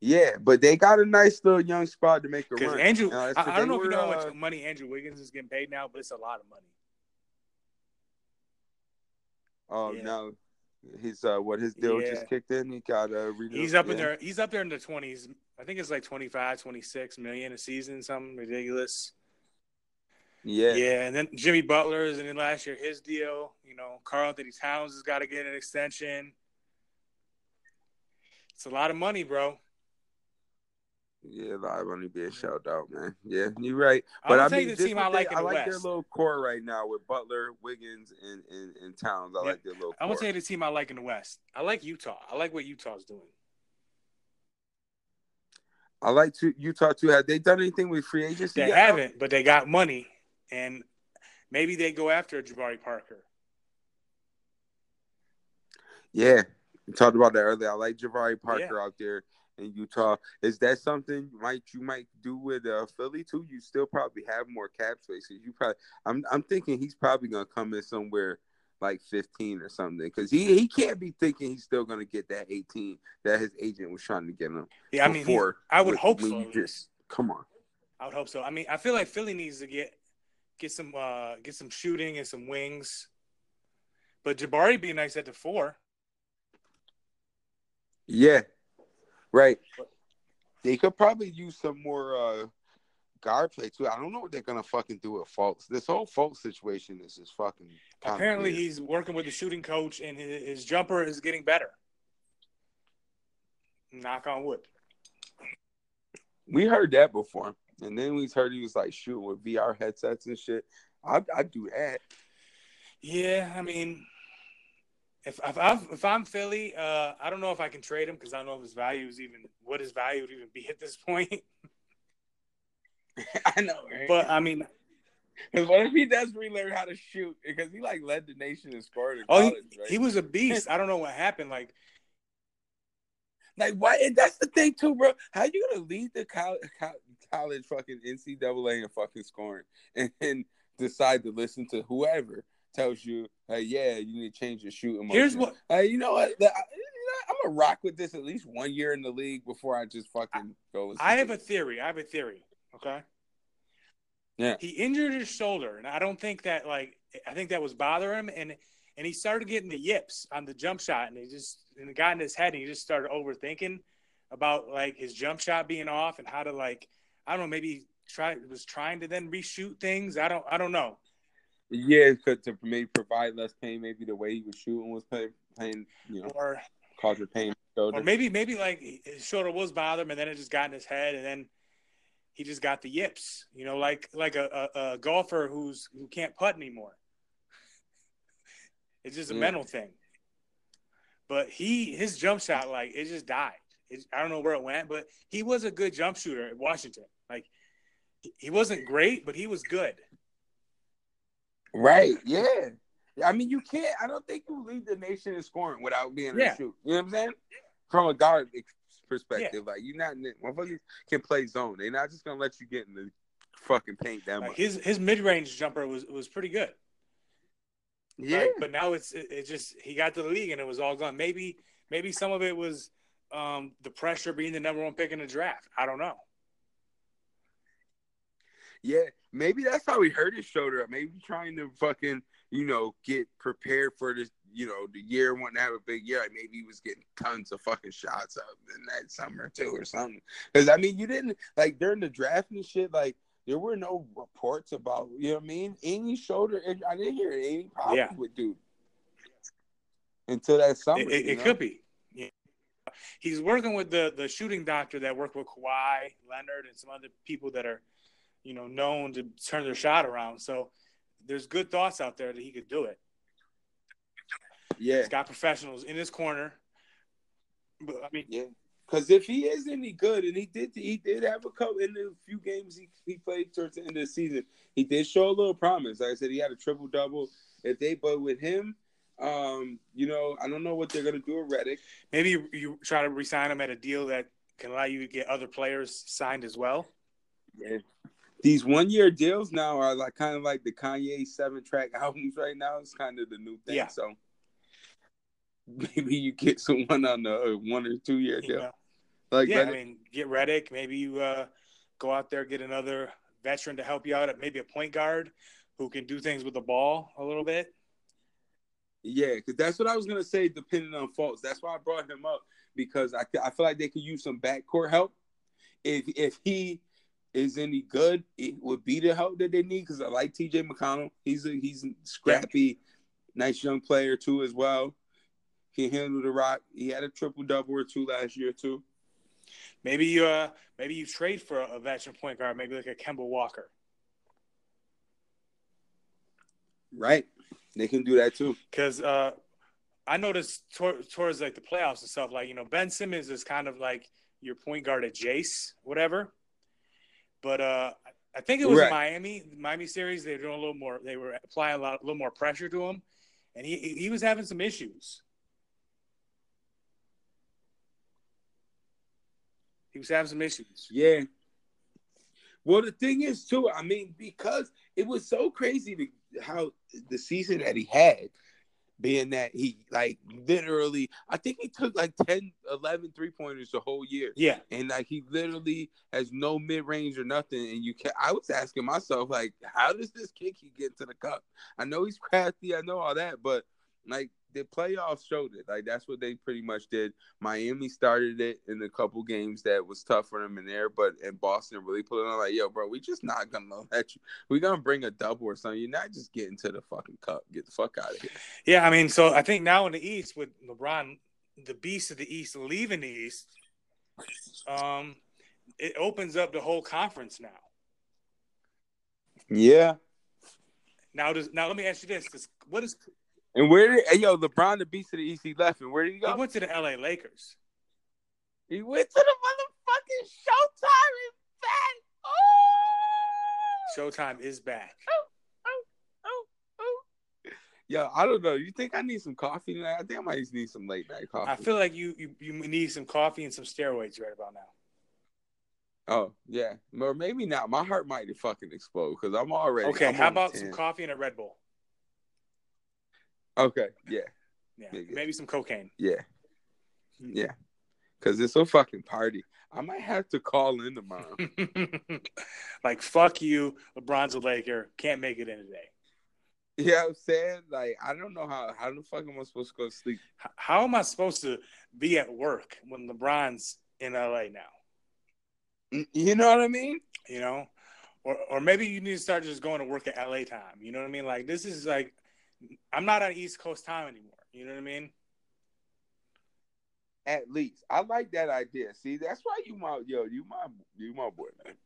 Yeah, but they got a nice little young squad to make a
Because
run.
Andrew,
And like
I,
said,
I don't
they
know if you
were,
know
uh,
how much money Andrew Wiggins is getting paid now, but it's a lot of money.
Oh
Yeah.
no, he's uh, what his deal
Yeah.
just kicked in. He got uh, renewed.
He's up in
Yeah.
there. He's up there in the twenties. I think it's like 25, 26 million a season, something ridiculous.
Yeah.
Yeah, and then Jimmy Butler's, and then last year his deal. You know, Carl Anthony Towns has got to get an extension. It's a lot of money, bro.
Yeah, live only be a shout out, man. Yeah, you're right.
I
But
would
I,
take
mean,
the
just
team
what
I
they-
like in
I
the
like their
West.
little core right now with Butler, Wiggins, and and, and Towns. I like their little.
I'm
core.
gonna tell you the team I like in the West. I like Utah. I like what Utah's doing.
I like to, Utah too. Have they done anything with free agency?
They
yet?
haven't, but they got money, and maybe they go after Jabari Parker.
Yeah, we talked about that earlier. I like Jabari Parker
Yeah.
out there in Utah. Is that something you might you might do with uh, Philly too? You still probably have more cap space. You probably, I'm I'm thinking he's probably gonna come in somewhere like 15 or something because he he can't be thinking he's still gonna get that 18 that his agent was trying to get him.
Yeah, I mean, he's-
before,
I would
with-
hope
when
so.
you Just come on.
I would hope so. I mean, I feel like Philly needs to get get some uh get some shooting and some wings. But Jabari be nice at the four.
Yeah, right. They could probably use some more uh guard play too. I don't know what they're gonna fucking do with Fultz. This whole Fultz situation is just fucking. kinda
Apparently,
weird.
he's working with the shooting coach, and his, his jumper is getting better. Knock on wood.
we heard that before, and then we heard he was like shooting with VR headsets and shit. I I do that.
Yeah, I mean, if if I'm, if I'm Philly, uh, I don't know if I can trade him because I don't know if his value is even what his value would even be at this point.
I know, right?
But I mean,
Because what if he does relearn how to shoot? Because he like led the nation in scoring. in
oh, he,
college, right?
he was a beast. I don't know what happened. Like,
Like why? And that's the thing too, bro. How you gonna lead the college, college fucking NCAA and fucking scoring, and, and decide to listen to whoever tells you, "Hey, yeah, you need to change your shooting." Motion.
Here's what-
Hey, you know what? The- I, am gonna rock with this at least one year in the league before I just fucking go. Listen
I
to
have a
it.
theory. I have a theory. Okay.
Yeah.
He injured his shoulder, and I don't think that like I think that was bothering him, and and he started getting the yips on the jump shot, and he just and it got in his head, and he just started overthinking about like his jump shot being off and how to like I don't know maybe try was trying to then reshoot things. I don't I don't know.
Yeah, could to maybe provide less pain. Maybe the way he was shooting was pain, pain you know,
Or-
caused the pain. in the shoulder.
Or maybe maybe like his shoulder was bothering him, and then it just got in his head, and then he just got the yips. You know, like like a, a, a golfer who's who can't putt anymore. It's just a
Yeah.
mental thing. But he his jump shot like it just died. It, I don't know where it went, but he was a good jump shooter at Washington. Like he- he wasn't great, but he was good.
Right. Yeah. I mean, you can't. I don't think you lead the nation in scoring without being
Yeah.
a shoot. You know what I'm saying? From a guard ex- perspective, like you're not motherfuckers can play zone. They're not just gonna let you get in the fucking paint that
Like
much.
his his mid range jumper was was pretty good.
Yeah.
Like, but now it's it, it just he got to the league and it was all gone. Maybe maybe some of it was um the pressure being the number one pick in the draft. I don't know.
Yeah, maybe that's how he hurt his shoulder. up. Maybe trying to fucking you know get prepared for this. You know, the year wanting to have a big year. Like maybe he was getting tons of fucking shots up in that summer too, or something. Because I mean, you didn't like during the draft and shit. Like there were no reports about you know what I mean. Any shoulder, inj- I didn't hear any problems
Yeah.
with dude until that summer.
It, it,
you
it
know?
could be. Yeah. He's working with the the shooting doctor that worked with Kawhi Leonard and some other people that are you know known to turn their shot around. So there's good thoughts out there that he could do it.
Yeah.
He's got professionals in his corner. But I mean,
yeah. Because if he is any good, and he did, he did have a couple in the few games he, he played towards the end of the season, he did show a little promise. Like I said, he had a triple double. If they, but with him, um, you know, I don't know what they're gonna do with Reddick.
Maybe you, you try to resign him at a deal that can allow you to get other players signed as well.
Yeah. These one year deals now are like kind of like the Kanye seven track albums right now. It's kind of the new thing.
Yeah.
So maybe you get someone on the uh, one or two year deal.
Yeah.
Like
yeah,
Reddick.
I mean, get Reddick. Maybe you uh, go out there get another veteran to help you out. At maybe a point guard who can do things with the ball a little bit.
Yeah, because that's what I was gonna say. Depending on faults, that's why I brought him up because I, I feel like they could use some backcourt help. If if he is any good, it would be the help that they need. Because I like T.J. McConnell. He's a he's a scrappy, nice young player too as well. Can handle the rock. He had a triple double or two last year too.
Maybe you uh, maybe you trade for a veteran point guard, maybe like a Kemba Walker.
Right, they can do that too.
Because uh, I noticed tor- towards like the playoffs and stuff, like you know Ben Simmons is kind of like your point guard at Jace, whatever. But uh, I think it was
Right.
Miami, Miami series. They were doing a little more. They were applying a lot, a little more pressure to him, and he he was having some issues. He was having some issues.
Yeah. Well, the thing is, too, I mean, because it was so crazy to, how the season that he had, being that he, like, literally, I think he took like 10, 11 three pointers the whole year.
Yeah.
And, like, he literally has no mid range or nothing. And you can I was asking myself, like, how does this kid keep getting to the cup? I know he's crafty, I know all that, but, like, the playoffs showed it. Like, that's what they pretty much did. Miami started it in a couple games that was tough for them in there, but and Boston really put it on like, yo, bro, we just not gonna let you. We gonna bring a double or something. You're not just getting to the fucking cup. Get the fuck out of here.
Yeah, I mean, so I think now in the East with LeBron, the beast of the East leaving the East, um, it opens up the whole conference now.
Yeah.
Now, does now let me ask you this: 'cause what is
And where did hey, yo LeBron the beast of the East he left and where did he go?
he went to the L.A. Lakers?
He went to the
motherfucking Showtime is back. Oh! Showtime is back.
Yo, I don't know. You think I need some coffee tonight? I think I might just need some late night coffee.
I feel like you, you you need some coffee and some steroids right about now.
oh yeah, or maybe not. My heart might fucking explode because I'm already
okay,
I'm
how
on
about
10.
some coffee and a Red Bull?
Okay, yeah,
Yeah, maybe some cocaine.
yeah,
Hmm.
yeah. Because it's a fucking party. I might have to call in tomorrow.
like fuck you, LeBron's a Laker, can't make it in today.
You know what I'm saying? Like, I don't know how how the fuck am I supposed to go to sleep?
How am I supposed to be at work when LeBron's in LA now?
You know what I mean?
You know, or or maybe you need to start just going to work at LA time. You know what I mean? Like this is like, I'm not on East Coast time anymore. You know what I mean?
At least I like that idea. See, that's why you my yo, you my you my boy, man.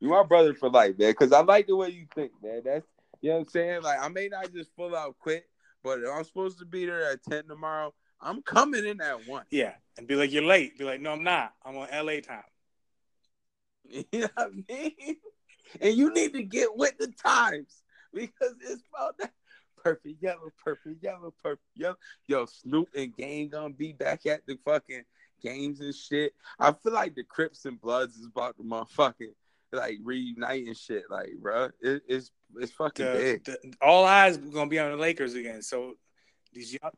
You my brother for life, man. Because I like the way you think, man. That's you know what I'm saying. Like, I may not just full out quit, but if I'm supposed to be there at ten tomorrow. I'm coming in at one.
Yeah, and be like you're late. Be like, no, I'm not. I'm on LA time.
You know what I mean? And you need to get with the times because it's about that purple, yellow, purple, yellow, purple, yellow. Yo, Snoop and Gang gonna be back at the fucking games and shit. I feel like the Crips and Bloods is about to motherfucking like reunite and shit. Like, bruh, it, it's it's fucking
The,
big.
the, all eyes gonna be on the Lakers again. So these young,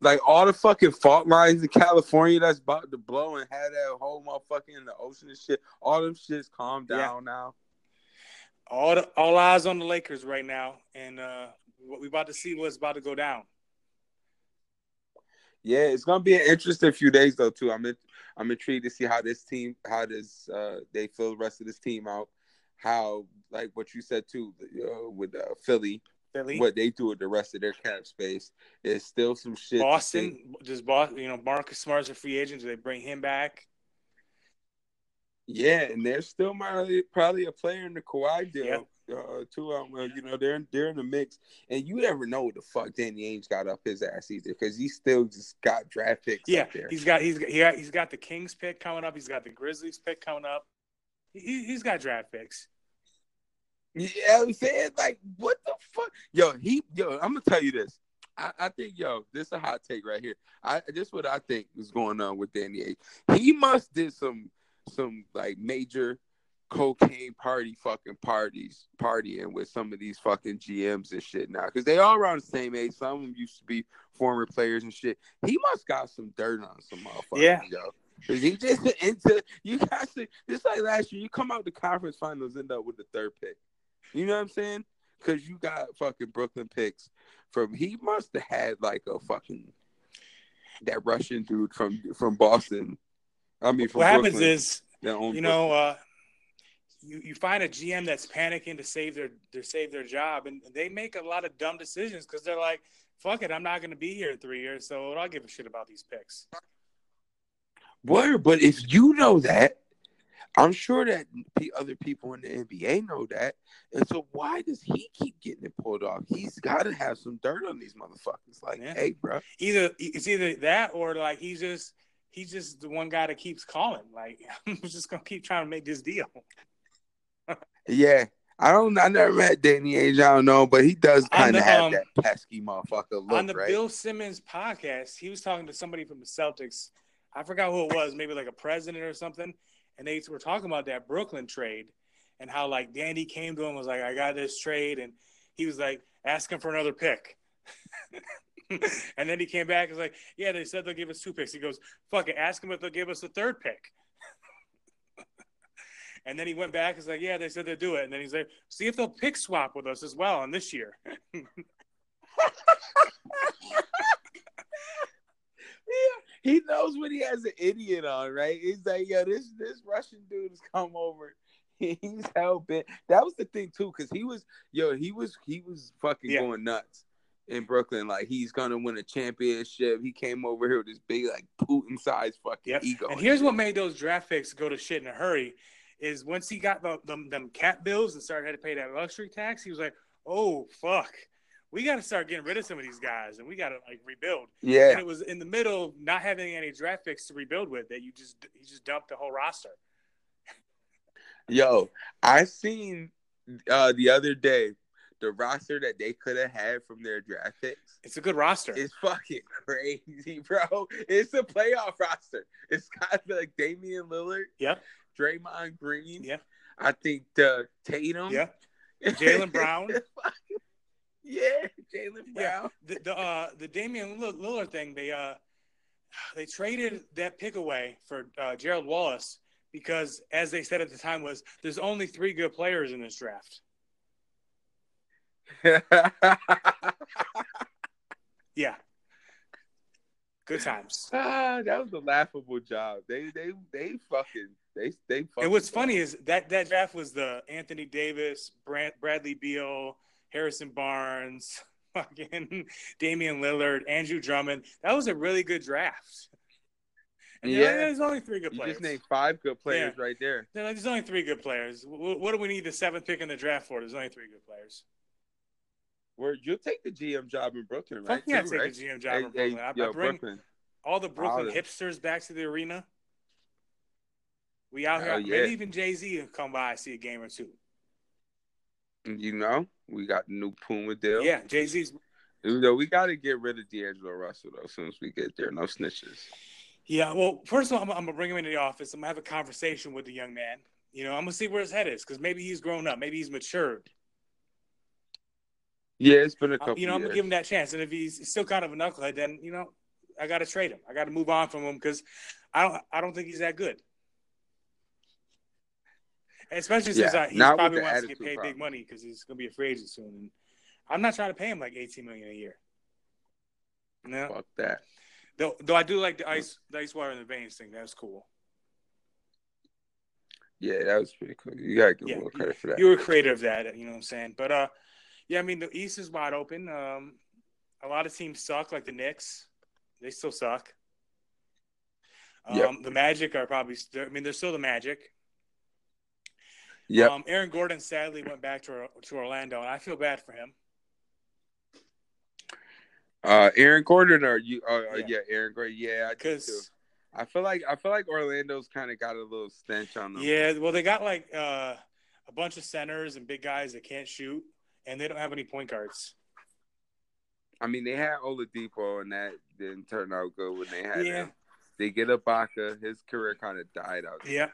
like all the fucking fault lines in California that's about to blow and have that whole motherfucking in the ocean and shit. All them shits calm
Yeah.
down now.
all the, all eyes on the Lakers right now, and uh, what we about to see what's about to go down.
Yeah, it's gonna be an interesting few days though too. I'm in, I'm intrigued to see how this team, how this uh, they fill the rest of this team out. How like what you said too uh, with uh, Philly,
Philly.
what they do with the rest of their cap space is still some shit. to see.
Boston, does Boston, you know, Marcus Smart's a free agent. Do they bring him back?
yeah, and there's still probably probably a player in the Kawhi deal.
Yeah.
Uh, too, um, uh, you know they're in- they're in the mix, and you never know what the fuck Danny Ainge got up his ass either, because he still just got draft picks.
Yeah,
out there.
he's got he's got, he got he's got the Kings pick coming up. He's got the Grizzlies pick coming up. He, he's got draft picks.
You know what I'm saying? Like, what the fuck? Yo, he yo, I'm gonna tell you this. I, I think yo, this is a hot take right here. I this is what I think is going on with Danny Ainge. He must did some some like major cocaine party fucking parties partying with some of these fucking GMs and shit now because they all around the same age. Some of them used to be former players and shit. He must got some dirt on some motherfuckers,
Yeah.
yo. 'Cause he just into you guys. It's like last year, you come out the conference finals, end up with the third pick. You know what I'm saying? Because you got fucking Brooklyn picks from. He must have had like a fucking that Russian dude from from Boston. I mean, from
What happens
Brooklyn
is,
that owned
you know, uh, you, you find a GM that's panicking to save their, their save their job, and they make a lot of dumb decisions because they're like, "Fuck it, I'm not going to be here in three years, so I'll give a shit about these picks."
Word, but if you know that, I'm sure that the other people in the NBA know that. And so why does he keep getting it pulled off? He's got to have some dirt on these motherfuckers. Like,
Yeah.
hey, bro.
Either e, it's either that or like he's just he's just the one guy that keeps calling. Like I'm just gonna keep trying to make this deal.
Yeah. I don't. I never met Danny Age. I don't know, but he does
On
kind
the,
of have
um,
that pesky motherfucker look,
on the
right?
Bill Simmons podcast, he was talking to somebody from the Celtics. I forgot who it was, maybe like a president or something. And they were talking about that Brooklyn trade and how like Danny came to him was like, "I got this trade," and he was like asking for another pick. and then he came back and was like, "Yeah, they said they'll give us two picks." He goes, "Fuck it, ask them if they'll give us a third pick." and then he went back and was like, "Yeah, they said they'll do it." And then he's like, "See if they'll pick swap with us as well on this year."
He knows when he has an idiot on, right? He's like, yo, this this Russian dude has come over. He's helping. That was the thing too, because he was, yo, he was he was fucking
Yeah.
going nuts in Brooklyn. Like he's gonna win a championship. He came over here with this big like Putin sized fucking ego.
And here's what made those draft picks go to shit in a hurry is once he got the, them, them cat bills and started had to pay that luxury tax, he was like, oh, fuck. We got to start getting rid of some of these guys and we got to like rebuild.
Yeah.
And it was in the middle of not having any draft picks to rebuild with that you just you just dumped the whole roster.
Yo, I seen uh the other day the roster that they could have had from their draft picks.
It's a good roster.
It's fucking crazy, bro. It's a playoff roster. It's got like Damian Lillard.
Yep.
Draymond Green.
Yeah.
I think the Tatum.
Yeah. Jalen Brown.
yeah, Jalen
Brown. The the, uh, the Damian Lill- Lillard thing, they uh, they traded that pick away for uh, Gerald Wallace because, as they said at the time, was there's only three good players in this draft. yeah. Good times.
Ah, that was a laughable job. They they they fucking they they fucking
And what's funny is that that draft was the Anthony Davis, Brad, Bradley Beal, Harrison Barnes, fucking Damian Lillard, Andrew Drummond. That was a really good draft. And yeah,
Yeah.
there's only three good
You
players.
just named five good players right there.
They're like, there's only three good players. Wh- What do we need the seventh pick in the draft for? There's only three good players.
Where you'll take the GM job in Brooklyn, right?
Fuck yeah,
too,
take the
right?
GM job
Hey,
in Brooklyn.
hey,
I- I
yo,
bring-
Brooklyn.
All the Brooklyn
All of-
hipsters back to the arena. We out here.
Hell yeah.
Maybe even Jay Z will come by and see a game or two.
You know, we got the new Puma deal.
Yeah, Jay Z's.
You know, we got to get rid of D'Angelo Russell though. As soon as we get there, no snitches.
Yeah, well, first of all, I'm, I'm gonna bring him into the office. I'm gonna have a conversation with the young man. You know, I'm gonna see where his head is because maybe he's grown up, maybe he's matured.
Yeah, it's been a
Uh,
couple.
You know, I'm
years.
gonna give him that chance, and if he's still kind of a knucklehead, then you know, I gotta trade him. I gotta move on from him because I don't, I don't think he's that good. Especially since
Yeah,
uh, he
not with
probably
the
wants to get
attitude
paid big
problem.
money because he's gonna be a free agent soon. And I'm not trying to pay him like 18 million a year. No,
fuck that.
Though, though I do
Hmm.
like the ice, the ice water in the veins thing. That's cool.
Yeah, that was pretty cool. You gotta give him a little credit for that.
you were a creator of that you know what i'm saying but uh yeah i mean the east is wide open um a lot of teams suck like the knicks they still suck um
Yep.
the magic are probably st- i mean they're still the magic
Yep.
um aaron gordon sadly went back to, Or- to orlando and i feel bad for him
Uh, Aaron Gordon, or you? Uh, yeah. yeah, Aaron Gordon. Yeah, I do
'Cause-
too. I feel like I feel like Orlando's kind of got a little stench on them.
yeah well they got like uh a bunch of centers and big guys that can't shoot and they don't have any point guards
I mean they had Oladipo, and that didn't turn out good when they had
Yeah.
him. They get Ibaka. His career kind of died out, there.
yeah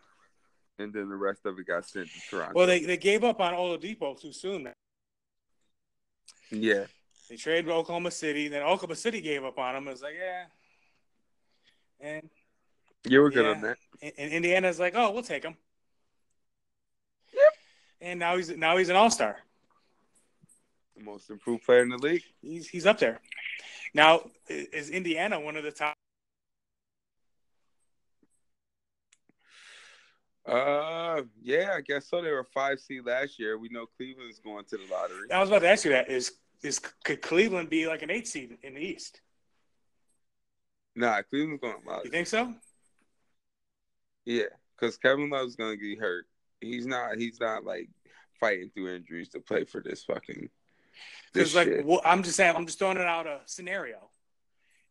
and then the rest of it got sent to Toronto.
well they, they gave up on oladipo too soon
yeah.
They traded with Oklahoma City. Then Oklahoma City gave up on him. It was like, yeah. And,
You were good
Yeah.
on that.
and Indiana's like, oh, we'll take him. Yep. And now he's now he's an all star.
The most improved player in the league.
He's he's up there. Now i- is Indiana one of the top?
Uh, Uh, yeah, I guess so. They were five seed last year. We know Cleveland's going to the lottery.
I was about to ask you that. Is is could Cleveland be like an eight seed in the East?
Nah, Cleveland's going to the lottery.
You think so?
Yeah, because Kevin Love's going to get hurt. He's not. He's not like fighting through injuries to play for this fucking. this
Because like
shit.
wh- I'm just saying, I'm just throwing it out a scenario.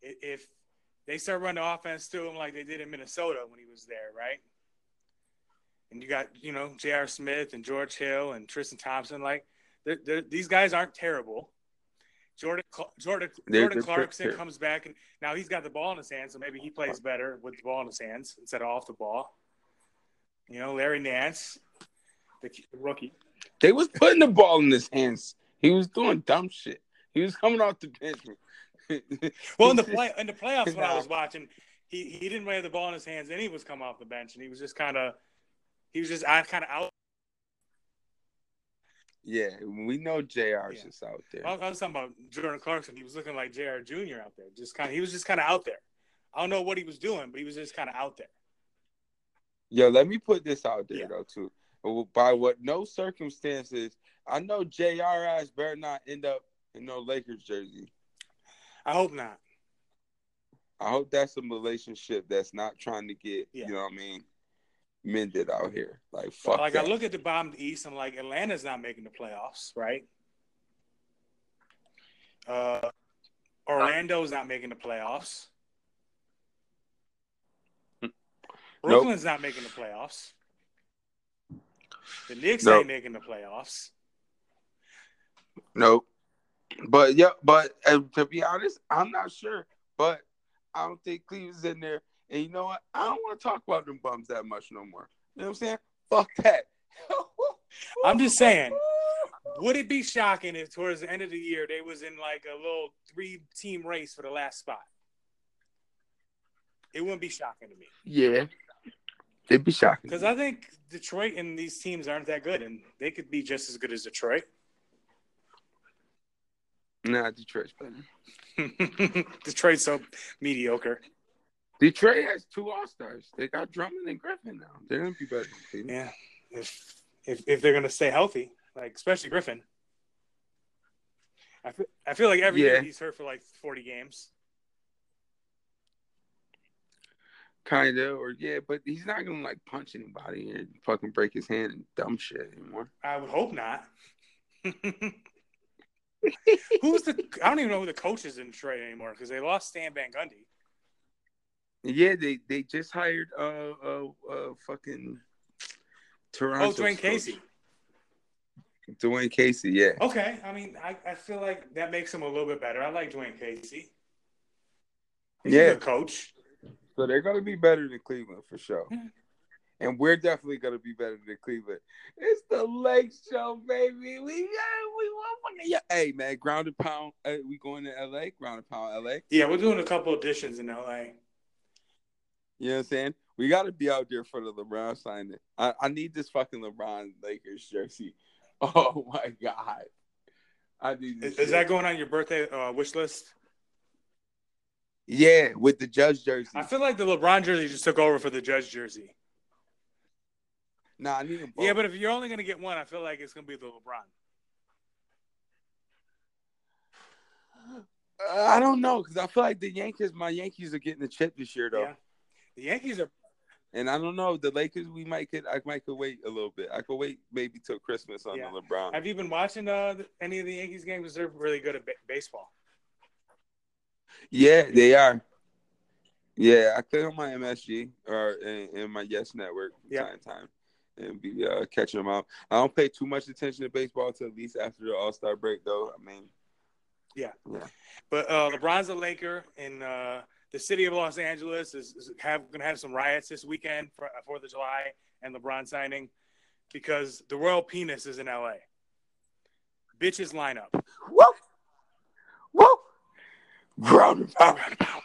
I- If they start running the offense through him like they did in Minnesota when he was there, right? And you got you know J.R. Smith and George Hill and Tristan Thompson, like they're, they're, these guys aren't terrible. Jordan Cla- Jordan
They're-
Jordan
they're pretty
Clarkson
terrible.
comes back and now he's got the ball in his hand, so maybe he plays better with the ball in his hands instead of off the ball. You know, Larry Nance, the k- rookie.
They was putting the ball in his hands. He was doing dumb shit. He was coming off the bench.
Well, in the play in the playoffs when I was watching, he he didn't really have the ball in his hands, and he was coming off the bench, and he was just kind of he was just I kind of out
Yeah, we know JR's just out there.
I was- I was talking about Jordan Clarkson. He was looking like Jr. Jr. out there. Just kind of, he was just kind of out there. I don't know what he was doing, but he was just kind of out there.
Yo, let me put this out there though too. Well, By what no circumstances, I know JRS better not end up in no Lakers jersey.
I hope not.
I hope that's a relationship that's not trying to get
Yeah.
you know what I mean mended out here. Like fuck.
like
that.
I look at the bottom of the East, I'm like Atlanta's not making the playoffs, right? Uh, Orlando's not making the playoffs.
Hmm.
Brooklyn's not making the playoffs. The Knicks
Nope.
ain't making the playoffs.
Nope. But yeah, but uh, to be honest, I'm not sure. But I don't think Cleveland's in there. And you know what? I don't want to talk about them bums that much no more. You know what I'm saying? Fuck that.
I'm just saying, would it be shocking if towards the end of the year they was in like a little three team race for the last spot? It wouldn't be shocking to me.
Yeah. It'd be shocking.
Because I think Detroit and these teams aren't that good, and they could be just as good as Detroit.
Nah, Detroit's better.
Detroit's so mediocre.
Detroit has two All Stars. They got Drummond and Griffin now. They're gonna be better. Than
yeah, if if if they're gonna stay healthy, like especially Griffin. I feel, I feel like every
Yeah.
year he's hurt for like 40 games.
Kind of, or yeah, but he's not gonna like punch anybody and fucking break his hand and dumb shit anymore.
I would hope not. Who's the? I don't even know who the coach is in Detroit anymore because they lost Stan Van Gundy.
Yeah, they they just hired uh uh, uh fucking Toronto.
Oh, Dwayne Casey.
Dwayne Casey, yeah.
Okay, I mean, I, I feel like that makes him a little bit better. I like Dwayne Casey. He's
yeah,
a good coach.
So they're gonna be better than Cleveland for sure. And we're definitely gonna be better than Cleveland. It's the Lake Show, baby. We yeah, we want fucking yeah. Hey man, ground and pound. Hey, we going to LA, ground and pound LA.
Yeah, we're doing a couple additions in LA.
You know what I'm saying? We got to be out there for the LeBron signing. I, I need this fucking LeBron Lakers jersey. Oh my god, I need. This
Is, is that
shit.
going on your birthday uh, wish list?
Yeah, with the Judge jersey.
I feel like the LeBron jersey just took over for the Judge jersey.
Nah, I need them.
Yeah, but if you're only going to get one, I feel like it's going to be the LeBron.
Uh, I don't know because I feel like the Yankees, my Yankees are getting the chip this year though.
Yeah. The Yankees are.
And I don't know the Lakers. We might could I might could wait a little bit. I could wait maybe till Christmas on
Yeah.
the LeBron.
Have you been watching uh, any of the Yankees games? They're really good at ba- baseball.
Yeah, they are. Yeah, I click on my MSG or in, in my Yes Network from
Yeah.
time to time and be uh, catching them out. I don't pay too much attention to baseball till at least after the All Star break, though. I mean,
Yeah.
yeah,
But uh, LeBron's a Laker, and uh, the city of Los Angeles is, is have, gonna have some riots this weekend for uh, Fourth of July and LeBron signing because the royal penis is in LA. Bitches line up.
Whoa, whoa, ground and pound, ground and pound.